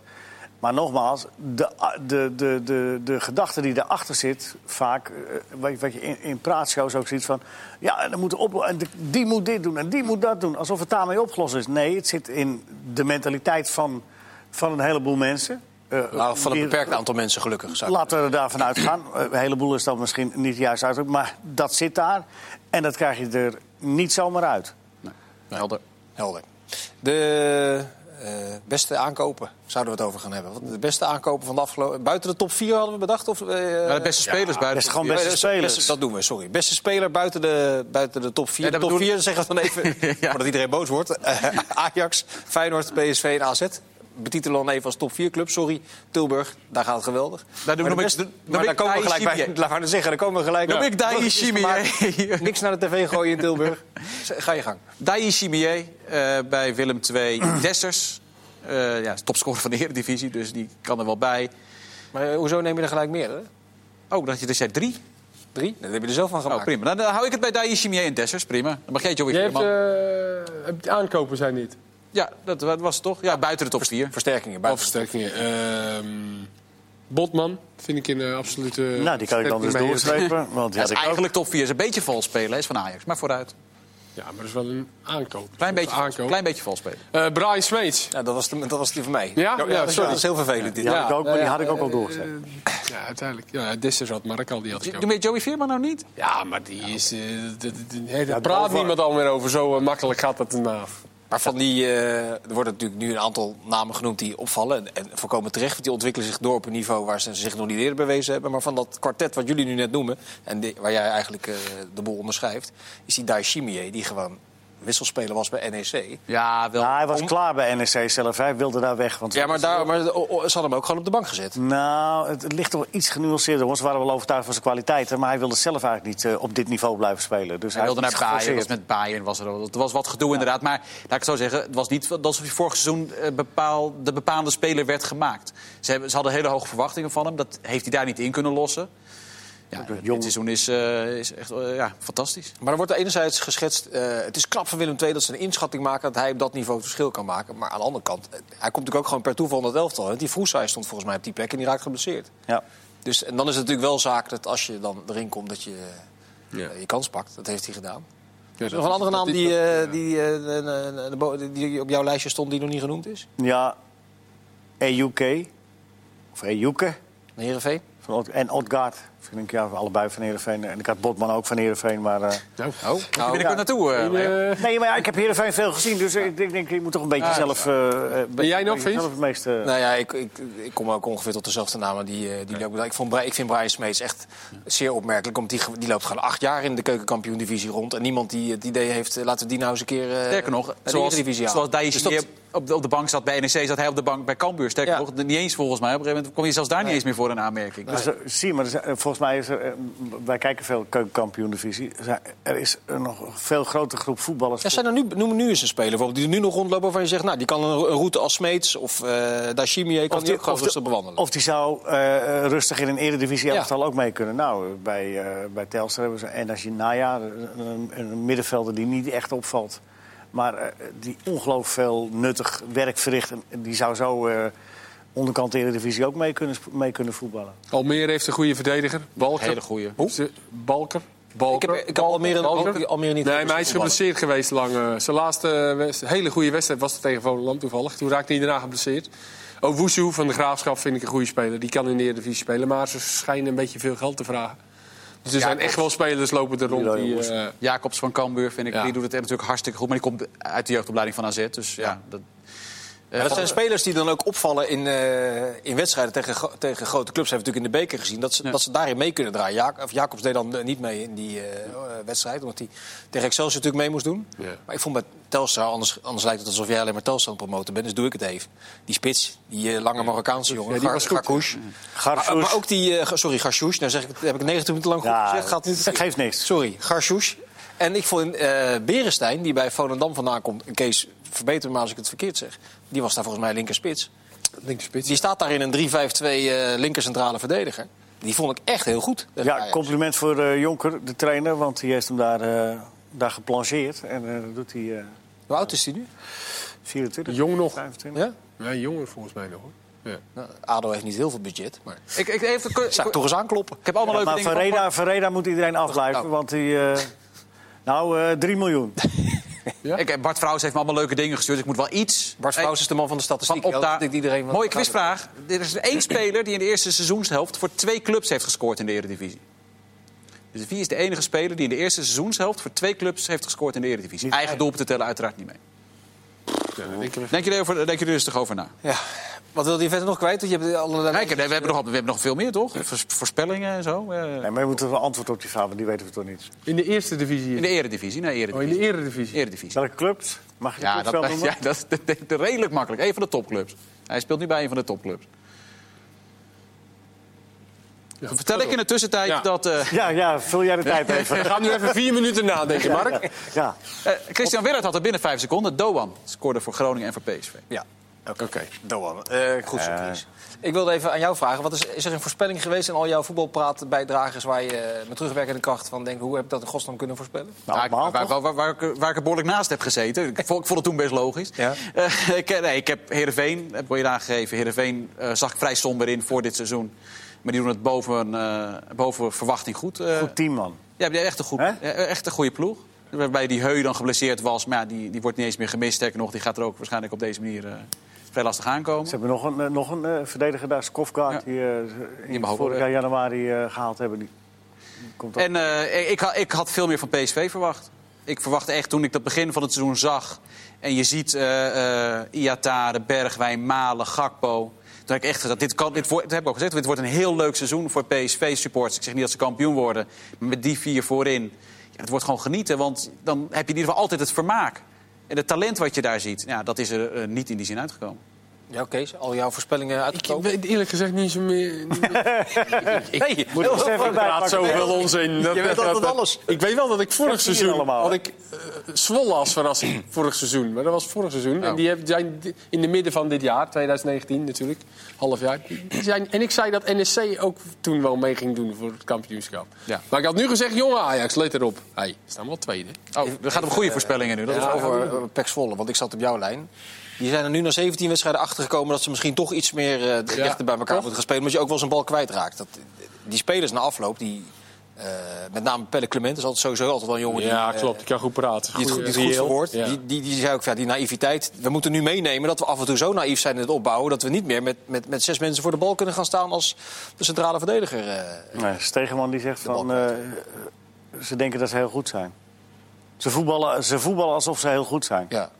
[SPEAKER 4] Maar nogmaals, de, de, de, de, de gedachte die daarachter zit... vaak, eh, wat, je- wat je in, in praatshows ook ziet van... ja, en dan moet op, en de- die moet dit doen en die moet dat doen. Alsof het daarmee opgelost is. Nee, het zit in de mentaliteit van, van een heleboel mensen... Eh,
[SPEAKER 1] Nou, van een
[SPEAKER 4] die-
[SPEAKER 1] beperkt aantal mensen gelukkig. zou ik-
[SPEAKER 4] Laten we er daarvan uitgaan. Eh, Een heleboel is dat misschien niet juist uitdruk, maar dat zit daar. En dat krijg je er niet zomaar uit.
[SPEAKER 2] Helder.
[SPEAKER 1] Helder. De eh, beste aankopen zouden we het over gaan hebben. Wat- De beste aankopen van de afgelopen... Buiten de top 4 hadden we bedacht? Of, eh,
[SPEAKER 2] Maar de beste spelers
[SPEAKER 4] Dat is
[SPEAKER 2] buiten...
[SPEAKER 4] gewoon
[SPEAKER 1] eh,
[SPEAKER 4] beste
[SPEAKER 1] beste-
[SPEAKER 4] spelers.
[SPEAKER 1] beste- dat doen we, sorry. Beste speler buiten de, buiten de top 4.
[SPEAKER 2] Ja,
[SPEAKER 1] de
[SPEAKER 2] dat
[SPEAKER 1] top
[SPEAKER 2] bedoel-
[SPEAKER 1] 4 zeggen we dan even, voordat iedereen boos wordt. Eh, Ajax, Feyenoord, PSV en AZ. betitelen dan even als top 4 club. Sorry, Tilburg, daar gaat het geweldig.
[SPEAKER 2] Daar doen we
[SPEAKER 1] maar
[SPEAKER 2] nog
[SPEAKER 1] de rest-
[SPEAKER 2] niks- dan
[SPEAKER 1] maar
[SPEAKER 2] ben
[SPEAKER 1] daar
[SPEAKER 2] ik
[SPEAKER 1] komen we
[SPEAKER 2] daar
[SPEAKER 1] gelijk
[SPEAKER 2] is
[SPEAKER 1] bij.
[SPEAKER 2] Jimmy.
[SPEAKER 1] Laat maar zeggen, daar komen we gelijk
[SPEAKER 2] Dan
[SPEAKER 1] bij.
[SPEAKER 2] ben ik daar is
[SPEAKER 1] Bruggetjes
[SPEAKER 2] Jimmy,
[SPEAKER 1] gemaakt.
[SPEAKER 2] hè.
[SPEAKER 1] Niks naar de tv gooien in Tilburg. Ga je gang.
[SPEAKER 2] Dai Chimier bij Willem II. Dessers, eh, ja, topscorer van de Eredivisie, dus die kan er wel bij.
[SPEAKER 1] Maar eh, hoezo neem je er gelijk meer? Hè?
[SPEAKER 2] Oh, dat je er zei drie?
[SPEAKER 1] Drie? Dat heb je er zelf van
[SPEAKER 2] Oh,
[SPEAKER 1] gemaakt.
[SPEAKER 2] prima. Dan, eh, hou ik het bij Dai Chimier en Dessers, prima. Dan mag jij het
[SPEAKER 3] Je
[SPEAKER 2] weer
[SPEAKER 3] hebt
[SPEAKER 2] man.
[SPEAKER 3] eh, aankopen zijn niet.
[SPEAKER 2] Ja, dat wa- was het toch? Ja, buiten de top vier.
[SPEAKER 1] Versterkingen.
[SPEAKER 3] Al
[SPEAKER 1] buiten.
[SPEAKER 3] versterkingen. Ehm, Botman vind ik een eh, absolute.
[SPEAKER 4] Nou, die kan ik dan dus
[SPEAKER 3] versterking bij
[SPEAKER 4] doorstrepen. Want
[SPEAKER 2] Dat
[SPEAKER 4] die had
[SPEAKER 2] is
[SPEAKER 4] ik ook.
[SPEAKER 2] eigenlijk top 4. Is een beetje vals spelen, hij is van Ajax. Maar vooruit.
[SPEAKER 3] Heerenveen. Ja, maar dat is wel een aankoop.
[SPEAKER 2] Klein
[SPEAKER 3] Dat is
[SPEAKER 2] beetje,
[SPEAKER 3] een
[SPEAKER 2] vals-
[SPEAKER 3] aankoop.
[SPEAKER 2] klein beetje vals spelen.
[SPEAKER 3] Eh, Brian Smeets.
[SPEAKER 1] Ja, dat, was de, dat was die van mij.
[SPEAKER 3] Ja? Ja,
[SPEAKER 1] dat is-
[SPEAKER 3] sorry.
[SPEAKER 1] Dat is heel vervelend. Dit.
[SPEAKER 4] Die had ik
[SPEAKER 3] Ja,
[SPEAKER 4] ook, maar die
[SPEAKER 3] eh,
[SPEAKER 4] had ik ook al doorgezet.
[SPEAKER 3] Ja, uiteindelijk. Ja, Dessers had Mark al, die had ik
[SPEAKER 2] Doe
[SPEAKER 3] ook.
[SPEAKER 2] je Joey Veerman nou niet?
[SPEAKER 3] Ja, maar die is. eh, d- d- d- hey, daar praat
[SPEAKER 4] Dover.
[SPEAKER 3] niemand al meer over. Zo eh, makkelijk gaat dat erna.
[SPEAKER 1] Maar van die, eh, er worden natuurlijk nu een aantal namen genoemd die opvallen. En, en voorkomen terecht, want die ontwikkelen zich door op een niveau waar ze zich nog niet eerder bewezen hebben. Maar van dat kwartet wat jullie nu net noemen, en die- waar jij eigenlijk eh, de boel onderschrijft, is die Daishimier die gewoon wisselspeler was bij E NEC.
[SPEAKER 2] Ja, wel.
[SPEAKER 4] Nou, hij was klaar bij NEC zelf. Hij wilde daar weg. Want
[SPEAKER 1] Ja, maar, daar, maar o- o- ze hadden hem ook gewoon op de bank gezet.
[SPEAKER 4] Nou, het, het ligt toch wel iets genuanceerder. hoor. Ze waren wel overtuigd van zijn kwaliteiten. Maar hij wilde zelf eigenlijk niet eh, op dit niveau blijven spelen. Dus
[SPEAKER 2] Hij wilde naar
[SPEAKER 4] heeft iets
[SPEAKER 2] Bayern, was
[SPEAKER 4] geforceerd.
[SPEAKER 2] met Bayern was er, er was wat gedoe inderdaad. Maar laat ik het zo zeggen, het was niet alsof hij vorig seizoen eh, bepaal, de bepaalde speler werd gemaakt. Ze, hebben, ze hadden hele hoge verwachtingen van hem, dat heeft hij daar niet in kunnen lossen. Ja,
[SPEAKER 4] een
[SPEAKER 2] dit
[SPEAKER 4] jong-
[SPEAKER 2] seizoen is, eh, is echt eh, ja, fantastisch.
[SPEAKER 1] Maar er wordt enerzijds geschetst, eh, het is knap van Willem II dat ze een inschatting maken dat hij op dat niveau het verschil kan maken. Maar aan de andere kant, eh, hij komt natuurlijk ook gewoon per toeval in het elftal. hè. Die Vroesai stond volgens mij op die plek en die raakt geblesseerd.
[SPEAKER 4] Ja.
[SPEAKER 1] Dus, en dan is het natuurlijk wel zaak dat als je dan erin komt, dat je eh,
[SPEAKER 3] Ja.
[SPEAKER 1] je kans pakt. Dat heeft hij gedaan.
[SPEAKER 3] Ja,
[SPEAKER 1] Is er nog een andere naam die, eh, die, eh, de- de- de bo- die, op jouw lijstje stond die nog niet genoemd is?
[SPEAKER 4] Ja, EUK. Of E EUke.
[SPEAKER 1] De Heerenveen?
[SPEAKER 4] Van Ot- en Odgaard. Vind ik ja, allebei van Heerenveen. En ik had Botman ook van Heerenveen. Maar, eh,
[SPEAKER 3] Oh.
[SPEAKER 2] Daar ben ik ook naartoe. eh, Leo.
[SPEAKER 4] Nee, maar ja, ik heb Heerenveen veel gezien. Dus ik denk, denk, je moet toch een beetje zelf... eh, eh,
[SPEAKER 3] Ah. Ben jij nog, Fries?
[SPEAKER 4] zelf het meeste...
[SPEAKER 1] Nou ja, ik, ik, ik kom ook ongeveer tot dezelfde namen die, eh, die Leo bedacht. Ik, vond, Bri- ik vind Brian Smeets echt zeer opmerkelijk. Want die, ge- die loopt gewoon acht jaar in de keukenkampioen-divisie rond. En niemand die het idee heeft, eh, laten we die nou eens een keer... eh,
[SPEAKER 2] Sterker nog,
[SPEAKER 1] naar de
[SPEAKER 2] zoals,
[SPEAKER 1] Eredivisie halen.
[SPEAKER 2] zoals Dijs
[SPEAKER 1] Dus dat-
[SPEAKER 2] hier op, de, op de bank zat bij NEC, zat hij op de bank bij Cambuur. Sterker
[SPEAKER 1] Ja.
[SPEAKER 2] nog, niet eens volgens mij. Op een gegeven moment kwam je zelfs daar niet eens meer voor een aanmerking. Dus
[SPEAKER 4] Dus, eh, zie, je, maar er zijn- eh, volgens mij is er, eh, m- wij kijken veel keukenkampioen-divisie. Er zijn- Er is een nog veel grotere groep voetballers.
[SPEAKER 1] Ja, zijn er nu, noem nu eens een speler bijvoorbeeld die er nu nog rondloopt waarvan je zegt, nou die kan een een route als Smeets of eh Dashimier kan die ook gewoon
[SPEAKER 4] de-
[SPEAKER 1] rustig bewandelen.
[SPEAKER 4] of die zou eh, eh, rustig in een eredivisie
[SPEAKER 1] Ja.
[SPEAKER 4] elftal ook mee kunnen. Nou, eh, bij, eh, bij Telstra hebben ze Energie Naya, een, een middenvelder die niet echt opvalt. Maar eh, die ongelooflijk veel nuttig werk verricht. En Die zou zo eh, onderkant eredivisie ook mee kunnen, sp- mee kunnen voetballen.
[SPEAKER 3] Almere heeft een goede verdediger. Balker.
[SPEAKER 2] Hele goeie.
[SPEAKER 3] Ze- Balker. Balker.
[SPEAKER 1] Ik heb- ik heb Almere- Almere- Almere niet
[SPEAKER 3] Nee,
[SPEAKER 1] gezien
[SPEAKER 3] maar hij is
[SPEAKER 1] voetballen.
[SPEAKER 3] geblesseerd geweest lang. eh, zijn laatste wedst- hele goede wedstrijd was dat tegen Volendam toevallig. Toen raakte hij daarna geblesseerd. Ook Woesoe van de Graafschap vind ik een goede speler. Die kan in de Eredivisie spelen, maar ze schijnen een beetje veel geld te vragen. Dus er zijn echt wel spelers lopen er rond
[SPEAKER 4] Leroy
[SPEAKER 3] die...
[SPEAKER 4] Woesoe.
[SPEAKER 3] eh,
[SPEAKER 2] Jacobs van Cambuur, vind ik,
[SPEAKER 3] Ja.
[SPEAKER 2] die doet het echt natuurlijk hartstikke goed. Maar die komt uit de jeugdopleiding van AZ, dus ja. Dat, eh,
[SPEAKER 1] Maar dat zijn spelers die dan ook opvallen in, eh, in wedstrijden tegen, gro- tegen grote clubs. Hebben we natuurlijk in de beker gezien dat ze, dat ze daarin mee kunnen draaien. Ja, of Jacobs deed dan eh, niet mee in die eh, eh, wedstrijd, omdat hij tegen Excelsior natuurlijk mee moest doen.
[SPEAKER 3] Ja.
[SPEAKER 1] Maar ik vond bij Telstra, anders, anders lijkt het alsof jij alleen maar Telstra aan het promoten bent, dus doe ik het even. Die spits, die eh, lange Marokkaanse jongen,
[SPEAKER 3] die
[SPEAKER 1] Gar-
[SPEAKER 3] was goed, hè?
[SPEAKER 1] Garkouche.
[SPEAKER 4] Garfus,
[SPEAKER 1] Maar, maar ook die, eh, Ga- sorry, Garshoes, nou zeg ik, het- heb ik 90 minuten lang goed
[SPEAKER 4] Ja,
[SPEAKER 1] gezegd. Gaat niet,
[SPEAKER 4] dat geeft niks.
[SPEAKER 1] Sorry, Garshoes. En ik vond eh Berenstein, die bij Volendam vandaan komt... en Kees, verbeter me als ik het verkeerd zeg... die was daar volgens mij linkerspits.
[SPEAKER 3] Linkerspits.
[SPEAKER 1] Die staat daar in een 3-5-2 eh linkercentrale verdediger. Die vond ik echt heel goed. tegen
[SPEAKER 4] Ja,
[SPEAKER 1] Ajax.
[SPEAKER 4] compliment voor eh, Jonker, de trainer, want die heeft hem daar, eh daar geplancheerd. En eh, dat doet hij eh,
[SPEAKER 1] Hoe oud is die nu?
[SPEAKER 4] 24.
[SPEAKER 3] Jong nog.
[SPEAKER 4] 25.
[SPEAKER 1] Ja?
[SPEAKER 3] Nee, jonger volgens mij nog. hoor. Ja.
[SPEAKER 1] Nou, ADO heeft niet heel veel budget, maar...
[SPEAKER 2] ik, ik, even, ik,
[SPEAKER 1] Zou ik toch eens aankloppen?
[SPEAKER 2] ik heb allemaal leuke
[SPEAKER 4] maar
[SPEAKER 2] dingen
[SPEAKER 4] van
[SPEAKER 2] van-
[SPEAKER 4] Reda, van Reda moet iedereen afblijven,
[SPEAKER 1] Nou.
[SPEAKER 4] want die. eh, nou, eh 3 miljoen.
[SPEAKER 2] Ik, eh, Bart Vrouws heeft me allemaal leuke dingen gestuurd. dus Ik moet wel iets...
[SPEAKER 1] Bart
[SPEAKER 2] Hey,
[SPEAKER 1] Vrouws is de man van de
[SPEAKER 2] van
[SPEAKER 1] statistiek.
[SPEAKER 2] op
[SPEAKER 1] Ja,
[SPEAKER 2] daar-
[SPEAKER 1] dat denkt iedereen wat-
[SPEAKER 2] Mooie quizvraag. Er is één speler die in de eerste seizoenshelft voor twee clubs heeft gescoord in de Eredivisie. Dus wie is de enige speler die in de eerste seizoenshelft voor twee clubs heeft gescoord in de Eredivisie? Eigen doelpunten tellen uiteraard niet mee.
[SPEAKER 3] Ja, dat denk ik wel.
[SPEAKER 2] Denken jullie, dus over, denken jullie er rustig over na?
[SPEAKER 1] Ja. Wat wil je verder nog kwijt? Want je hebt allerlei...
[SPEAKER 2] Nee, ik heb- we, hebben nog, we hebben nog veel meer, toch? Vers- voorspellingen en zo. eh.
[SPEAKER 4] Nee, maar je moet er wel antwoord op die vraag, want die weten we toch niet.
[SPEAKER 3] In de eerste divisie.
[SPEAKER 2] In de eredivisie. Nee, eredivisie.
[SPEAKER 3] Oh, in de eredivisie.
[SPEAKER 2] Eredivisie.
[SPEAKER 4] Welke clubs? Mag je de
[SPEAKER 2] Ja,
[SPEAKER 4] clubs
[SPEAKER 2] dat,
[SPEAKER 4] wel
[SPEAKER 2] ja,
[SPEAKER 4] noemen?
[SPEAKER 2] dat is de- de- de redelijk makkelijk. Een van de topclubs. Hij speelt nu bij een van de topclubs. Dan vertel ik in de tussentijd
[SPEAKER 3] Ja.
[SPEAKER 2] dat... eh,
[SPEAKER 4] Ja, ja, vul jij de tijd even.
[SPEAKER 3] Ga nu even vier minuten nadenken, Mark.
[SPEAKER 4] Ja,
[SPEAKER 2] eh, Christian Willert had er binnen vijf seconden. Doan scoorde voor Groningen en voor PSV.
[SPEAKER 1] Ja,
[SPEAKER 3] Oké.
[SPEAKER 1] Doan. Eh, goed zo, Chris. Ik wilde even aan jou vragen. Wat is, is er een voorspelling geweest in al jouw voetbalpraatbijdragers... waar je eh, met terugwerkende kracht van denkt... hoe heb ik dat in godsnaam kunnen voorspellen?
[SPEAKER 4] nou,
[SPEAKER 2] Ja, ik-
[SPEAKER 4] allemaal
[SPEAKER 2] waar,
[SPEAKER 4] toch?
[SPEAKER 2] waar, waar, waar ik, waar ik er behoorlijk naast heb gezeten. Ik vond, ik vond het toen best logisch.
[SPEAKER 1] Ja.
[SPEAKER 2] Eh, ik, nee, ik heb Heerenveen, heb je aangegeven. Heerenveen eh, zag ik vrij somber in voor dit seizoen. Maar die doen het boven, eh, boven verwachting goed. Eh,
[SPEAKER 4] Goed team, man.
[SPEAKER 2] Ja, die hebben echt een, goed,
[SPEAKER 4] Hè?
[SPEAKER 2] ja, echt een goede ploeg. Waarbij die Heu dan geblesseerd was. Maar ja, die, die wordt niet eens meer gemist. Sterker nog, die gaat er ook waarschijnlijk op deze manier eh, vrij lastig aankomen.
[SPEAKER 4] Ze hebben nog een, eh, nog een eh, verdediger daar, Skofgaard,
[SPEAKER 2] Ja.
[SPEAKER 4] die eh, in
[SPEAKER 2] behouden
[SPEAKER 4] vorig
[SPEAKER 2] we.
[SPEAKER 4] jaar januari eh, gehaald hebben. Die komt ook.
[SPEAKER 2] En eh, ik, ha- ik had veel meer van PSV verwacht. Ik verwachtte echt toen ik dat begin van het seizoen zag. En je ziet eh eh Iatare, Bergwijn, Malen, Gakpo. Toen heb ik echt gezegd, dit, kan, dit, wordt, dat heb ik ook gezegd, dit wordt een heel leuk seizoen voor PSV-supporters. Ik zeg niet dat ze kampioen worden, maar met die vier voorin. Ja, het wordt gewoon genieten, want dan heb je in ieder geval altijd het vermaak. En het talent wat je daar ziet, ja, dat is er eh, niet in die zin uitgekomen.
[SPEAKER 1] Ja, Kees, al jouw voorspellingen
[SPEAKER 3] Ik
[SPEAKER 1] uitgekomen?
[SPEAKER 3] weet eerlijk gezegd niet zo meer.
[SPEAKER 1] Nee,
[SPEAKER 4] Moet ik eens even bijpakken.
[SPEAKER 3] praat zoveel onzin. Dat,
[SPEAKER 1] Je weet
[SPEAKER 3] dat-
[SPEAKER 1] altijd
[SPEAKER 3] dat-
[SPEAKER 1] alles.
[SPEAKER 3] Ik weet wel dat ik vorig
[SPEAKER 4] Dat zie je
[SPEAKER 3] seizoen
[SPEAKER 4] allemaal,
[SPEAKER 3] had
[SPEAKER 4] hè?
[SPEAKER 3] ik eh, Zwolle als verrassing vorig seizoen, maar dat was vorig
[SPEAKER 1] Nou.
[SPEAKER 3] seizoen. En die hebben- zijn di- in de midden van dit jaar, 2019 natuurlijk, half jaar. die Zijn, en ik zei dat NSC ook toen wel mee ging doen voor het kampioenschap.
[SPEAKER 2] Ja.
[SPEAKER 3] Maar ik had nu gezegd, jonge Ajax, let erop. Hé, hey, we staan wel tweede.
[SPEAKER 2] Oh, er gaat om goede voorspellingen nu. Dat is
[SPEAKER 1] Ja, over eh, Pek Zwolle, want ik zat op jouw lijn. Die zijn er nu na 17 wedstrijden achtergekomen dat ze misschien toch iets meer eh,
[SPEAKER 3] Ja,
[SPEAKER 1] dichter bij elkaar
[SPEAKER 3] toch?
[SPEAKER 1] moeten gaan spelen. Omdat je ook wel eens een bal kwijtraakt. Dat, die spelers na afloop, die, eh, met name Pelle Clement is altijd sowieso altijd wel een jongen die, eh,
[SPEAKER 3] Ik kan goed praten.
[SPEAKER 1] die het goed, die het goed
[SPEAKER 3] Reëel.
[SPEAKER 1] verwoordt.
[SPEAKER 3] Ja.
[SPEAKER 1] Die, die, die zei ook, ja, die naïviteit. We moeten nu meenemen dat we af en toe zo naïef zijn in het opbouwen... dat we niet meer met, met, met zes mensen voor de bal kunnen gaan staan als de centrale verdediger. eh,
[SPEAKER 4] Nee, Stegeman die zegt van... eh, ze denken dat ze heel goed zijn. Ze voetballen, ze voetballen alsof ze heel goed zijn.
[SPEAKER 1] Ja.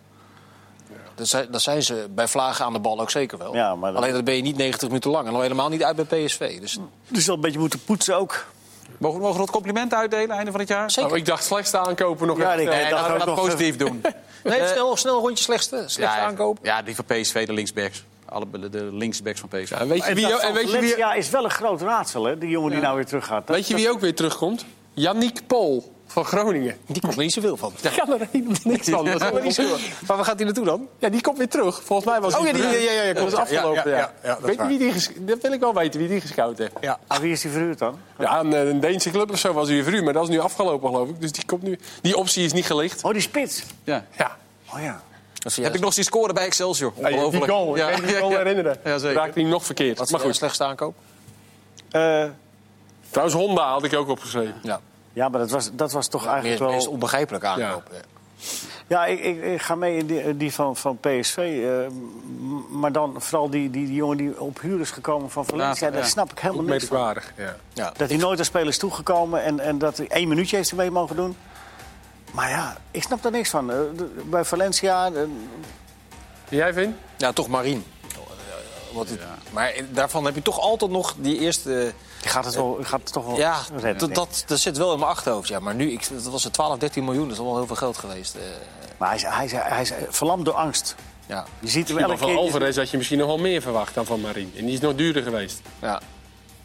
[SPEAKER 1] Dat zijn, dat zijn ze bij vlagen aan de bal ook zeker wel.
[SPEAKER 4] Ja, maar dat-
[SPEAKER 1] Alleen dat ben je niet 90 minuten lang. En al helemaal niet uit bij PSV. Dus
[SPEAKER 4] Dus dat een beetje moeten poetsen ook.
[SPEAKER 2] Mogen we mogen we nog complimenten uitdelen einde van het jaar?
[SPEAKER 1] zeker.
[SPEAKER 3] Oh, ik dacht slechtste aankopen nog
[SPEAKER 4] Ja,
[SPEAKER 3] echt,
[SPEAKER 4] ik
[SPEAKER 3] eh,
[SPEAKER 4] dacht
[SPEAKER 2] laten we
[SPEAKER 4] ook
[SPEAKER 2] dat
[SPEAKER 4] nog-
[SPEAKER 2] positief doen.
[SPEAKER 1] nee, snel, snel een rondje slechtste, slechtste aankopen.
[SPEAKER 2] Ja, die van PSV, de linksbacks. Alle, de linksbacks van PSV.
[SPEAKER 3] En weet je
[SPEAKER 4] En
[SPEAKER 3] wie,
[SPEAKER 4] dat
[SPEAKER 3] en
[SPEAKER 4] van
[SPEAKER 3] weet je wie,
[SPEAKER 4] eh, Valencia is wel een groot raadsel, hè? Die jongen die nou weer teruggaat. Dat-
[SPEAKER 3] weet je wie ook weer terugkomt? Yannick Pol van Groningen.
[SPEAKER 1] Die komt er niet zoveel van.
[SPEAKER 3] Ik kan er helemaal niks van. Dat is helemaal niet zo-
[SPEAKER 1] Maar waar gaat hij naartoe dan?
[SPEAKER 3] Ja, die komt weer terug. Volgens mij was
[SPEAKER 1] Oh, ja, die-
[SPEAKER 3] die,
[SPEAKER 1] ja, ja, ja,
[SPEAKER 3] dat was afgelopen.
[SPEAKER 6] ja,
[SPEAKER 3] Ja,
[SPEAKER 6] ja, ja, dat is
[SPEAKER 3] Weet je
[SPEAKER 6] waar.
[SPEAKER 3] wie die ges- dat wil ik wel weten, wie die gescout heeft. Ja,
[SPEAKER 4] Aan Ah, wie is die verhuurd dan?
[SPEAKER 3] een, eh, een Deense club of zo was hij weer verhuurd, maar dat is nu afgelopen, geloof ik. Dus die, komt nu, die optie is niet gelicht.
[SPEAKER 4] Oh, die spits.
[SPEAKER 2] Ja.
[SPEAKER 3] Ja.
[SPEAKER 4] Oh ja.
[SPEAKER 2] Heb
[SPEAKER 1] eh,
[SPEAKER 2] ik nog zien scoren bij Excelsior.
[SPEAKER 3] Ja, die- die
[SPEAKER 2] Ongelooflijk.
[SPEAKER 3] goal, ik
[SPEAKER 2] Ja.
[SPEAKER 3] kan me die goal herinneren.
[SPEAKER 2] Ja, zeker.
[SPEAKER 3] Raakte hij nog verkeerd.
[SPEAKER 1] Wat
[SPEAKER 3] maar goed,
[SPEAKER 1] slechtste aankoop?
[SPEAKER 4] Eh,
[SPEAKER 3] trouwens Honda had ik ook opgeschreven.
[SPEAKER 1] Ja,
[SPEAKER 4] ja, maar dat was, dat was toch
[SPEAKER 1] meest,
[SPEAKER 4] eigenlijk
[SPEAKER 1] meest
[SPEAKER 4] wel...
[SPEAKER 1] onbegrijpelijke aankoop. Ja.
[SPEAKER 4] Ja, ik, ik, ik ga mee in die, eh, die van, van PSV. eh, m- maar dan vooral die, die, die jongen die op huur is gekomen van Valencia.
[SPEAKER 2] Later,
[SPEAKER 4] daar
[SPEAKER 2] ja.
[SPEAKER 4] snap ik helemaal niks van.
[SPEAKER 3] Merkwaardig. Ja.
[SPEAKER 4] Dat hij nooit aan spelers toegekomen en, en dat hij één minuutje heeft ermee mogen doen. Maar ja, ik snap daar niks van. Eh, de- Bij Valencia, eh,
[SPEAKER 3] Jij vindt?
[SPEAKER 1] Ja, toch Marien. Wat het- Maar daarvan heb je toch altijd nog die eerste...
[SPEAKER 4] die gaat het, wel, gaat het toch wel
[SPEAKER 1] Ja,
[SPEAKER 4] redden.
[SPEAKER 1] dat,
[SPEAKER 4] denk Oh, ik.
[SPEAKER 1] dat, dat zit wel in mijn achterhoofd. Ja. Maar nu, ik, dat was het 12, 13 miljoen. Dat is al wel heel veel geld geweest. eh,
[SPEAKER 4] Maar hij is, hij, is, hij is verlamd door angst.
[SPEAKER 1] ja.
[SPEAKER 4] Je ziet hem
[SPEAKER 3] Maar
[SPEAKER 4] elke
[SPEAKER 3] van
[SPEAKER 4] keer...
[SPEAKER 3] Alvarez had je misschien nog wel meer verwacht dan van Marien. En die is nog duurder geweest.
[SPEAKER 1] Ja.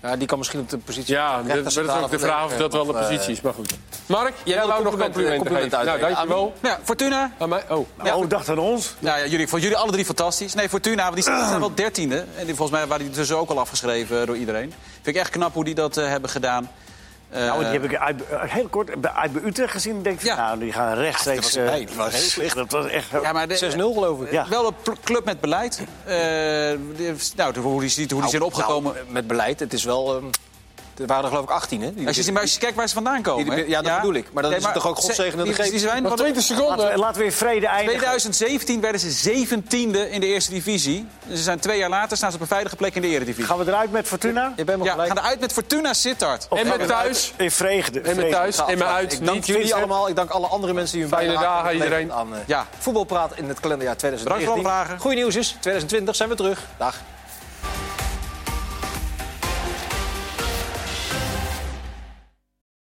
[SPEAKER 1] ja, die kan misschien op de positie...
[SPEAKER 3] Ja, dat werd ook de vraag of dat wel de positie is. Maar goed. Mark, jij
[SPEAKER 1] wilde
[SPEAKER 3] wou nog
[SPEAKER 1] complimenten-
[SPEAKER 3] complimenten geven.
[SPEAKER 1] complimenten
[SPEAKER 3] Nou,
[SPEAKER 1] uitdelen.
[SPEAKER 3] dankjewel.
[SPEAKER 2] Ja, Fortuna.
[SPEAKER 3] Aan mij? Oh.
[SPEAKER 4] Oh, dacht aan ons.
[SPEAKER 2] Nou ja, jullie, voor jullie alle drie fantastisch. Nee, Fortuna, want die zijn wel dertiende. En die, volgens mij waren die tussen ook al afgeschreven door iedereen. Vind ik echt knap hoe die dat eh, hebben gedaan. Eh,
[SPEAKER 4] Nou, want die heb ik uit- eh, heel kort bij uit bij Utrecht gezien. denk ik van,
[SPEAKER 2] Ja.
[SPEAKER 4] nou, die gaan rechtstreeks... eh,
[SPEAKER 1] nee, dat was heel slecht.
[SPEAKER 4] Dat was echt...
[SPEAKER 2] ja, maar de- eh,
[SPEAKER 1] 6-0 Eh, geloof ik.
[SPEAKER 4] Ja.
[SPEAKER 2] Wel een pl- club met beleid. Eh, die- nou, hoe die, hoe die zijn opgekomen.
[SPEAKER 1] Nou, met beleid, het is wel... ehm, Er waren er geloof ik 18, hè? Die-
[SPEAKER 2] Als je, maar als je kijkt waar ze vandaan komen.
[SPEAKER 1] Die- die-
[SPEAKER 2] hè?
[SPEAKER 1] ja, dat bedoel ik. Maar dat is toch ook godzegende
[SPEAKER 2] die-
[SPEAKER 1] geest?
[SPEAKER 2] die zijn-
[SPEAKER 3] Nog
[SPEAKER 2] wat-
[SPEAKER 3] 20
[SPEAKER 4] Laten we,
[SPEAKER 3] seconden.
[SPEAKER 4] laten we in vrede eindigen.
[SPEAKER 2] 2017 werden ze 17e in de eerste divisie. En Ze zijn twee jaar later staan ze op een veilige plek in de eredivisie.
[SPEAKER 4] Gaan we eruit met Fortuna?
[SPEAKER 1] Je bent me
[SPEAKER 2] Ja,
[SPEAKER 1] gelijk.
[SPEAKER 2] gaan eruit met Fortuna Sittard.
[SPEAKER 3] En met thuis.
[SPEAKER 4] In vrede.
[SPEAKER 3] En met
[SPEAKER 4] vrede.
[SPEAKER 3] thuis. En met uit.
[SPEAKER 1] Ik dank
[SPEAKER 3] Niet
[SPEAKER 1] jullie
[SPEAKER 3] jullie allemaal.
[SPEAKER 1] allemaal. Ik dank alle andere mensen die hun
[SPEAKER 3] Fijne
[SPEAKER 1] bijdrage
[SPEAKER 3] dagen
[SPEAKER 1] hebben
[SPEAKER 3] iedereen.
[SPEAKER 1] geleverd aan eh,
[SPEAKER 2] Ja.
[SPEAKER 1] voetbalpraat in het kalenderjaar
[SPEAKER 2] Bedankt voor alle
[SPEAKER 1] 2019.
[SPEAKER 2] vragen.
[SPEAKER 1] Goeie nieuws is, 2020 zijn we terug. Dag.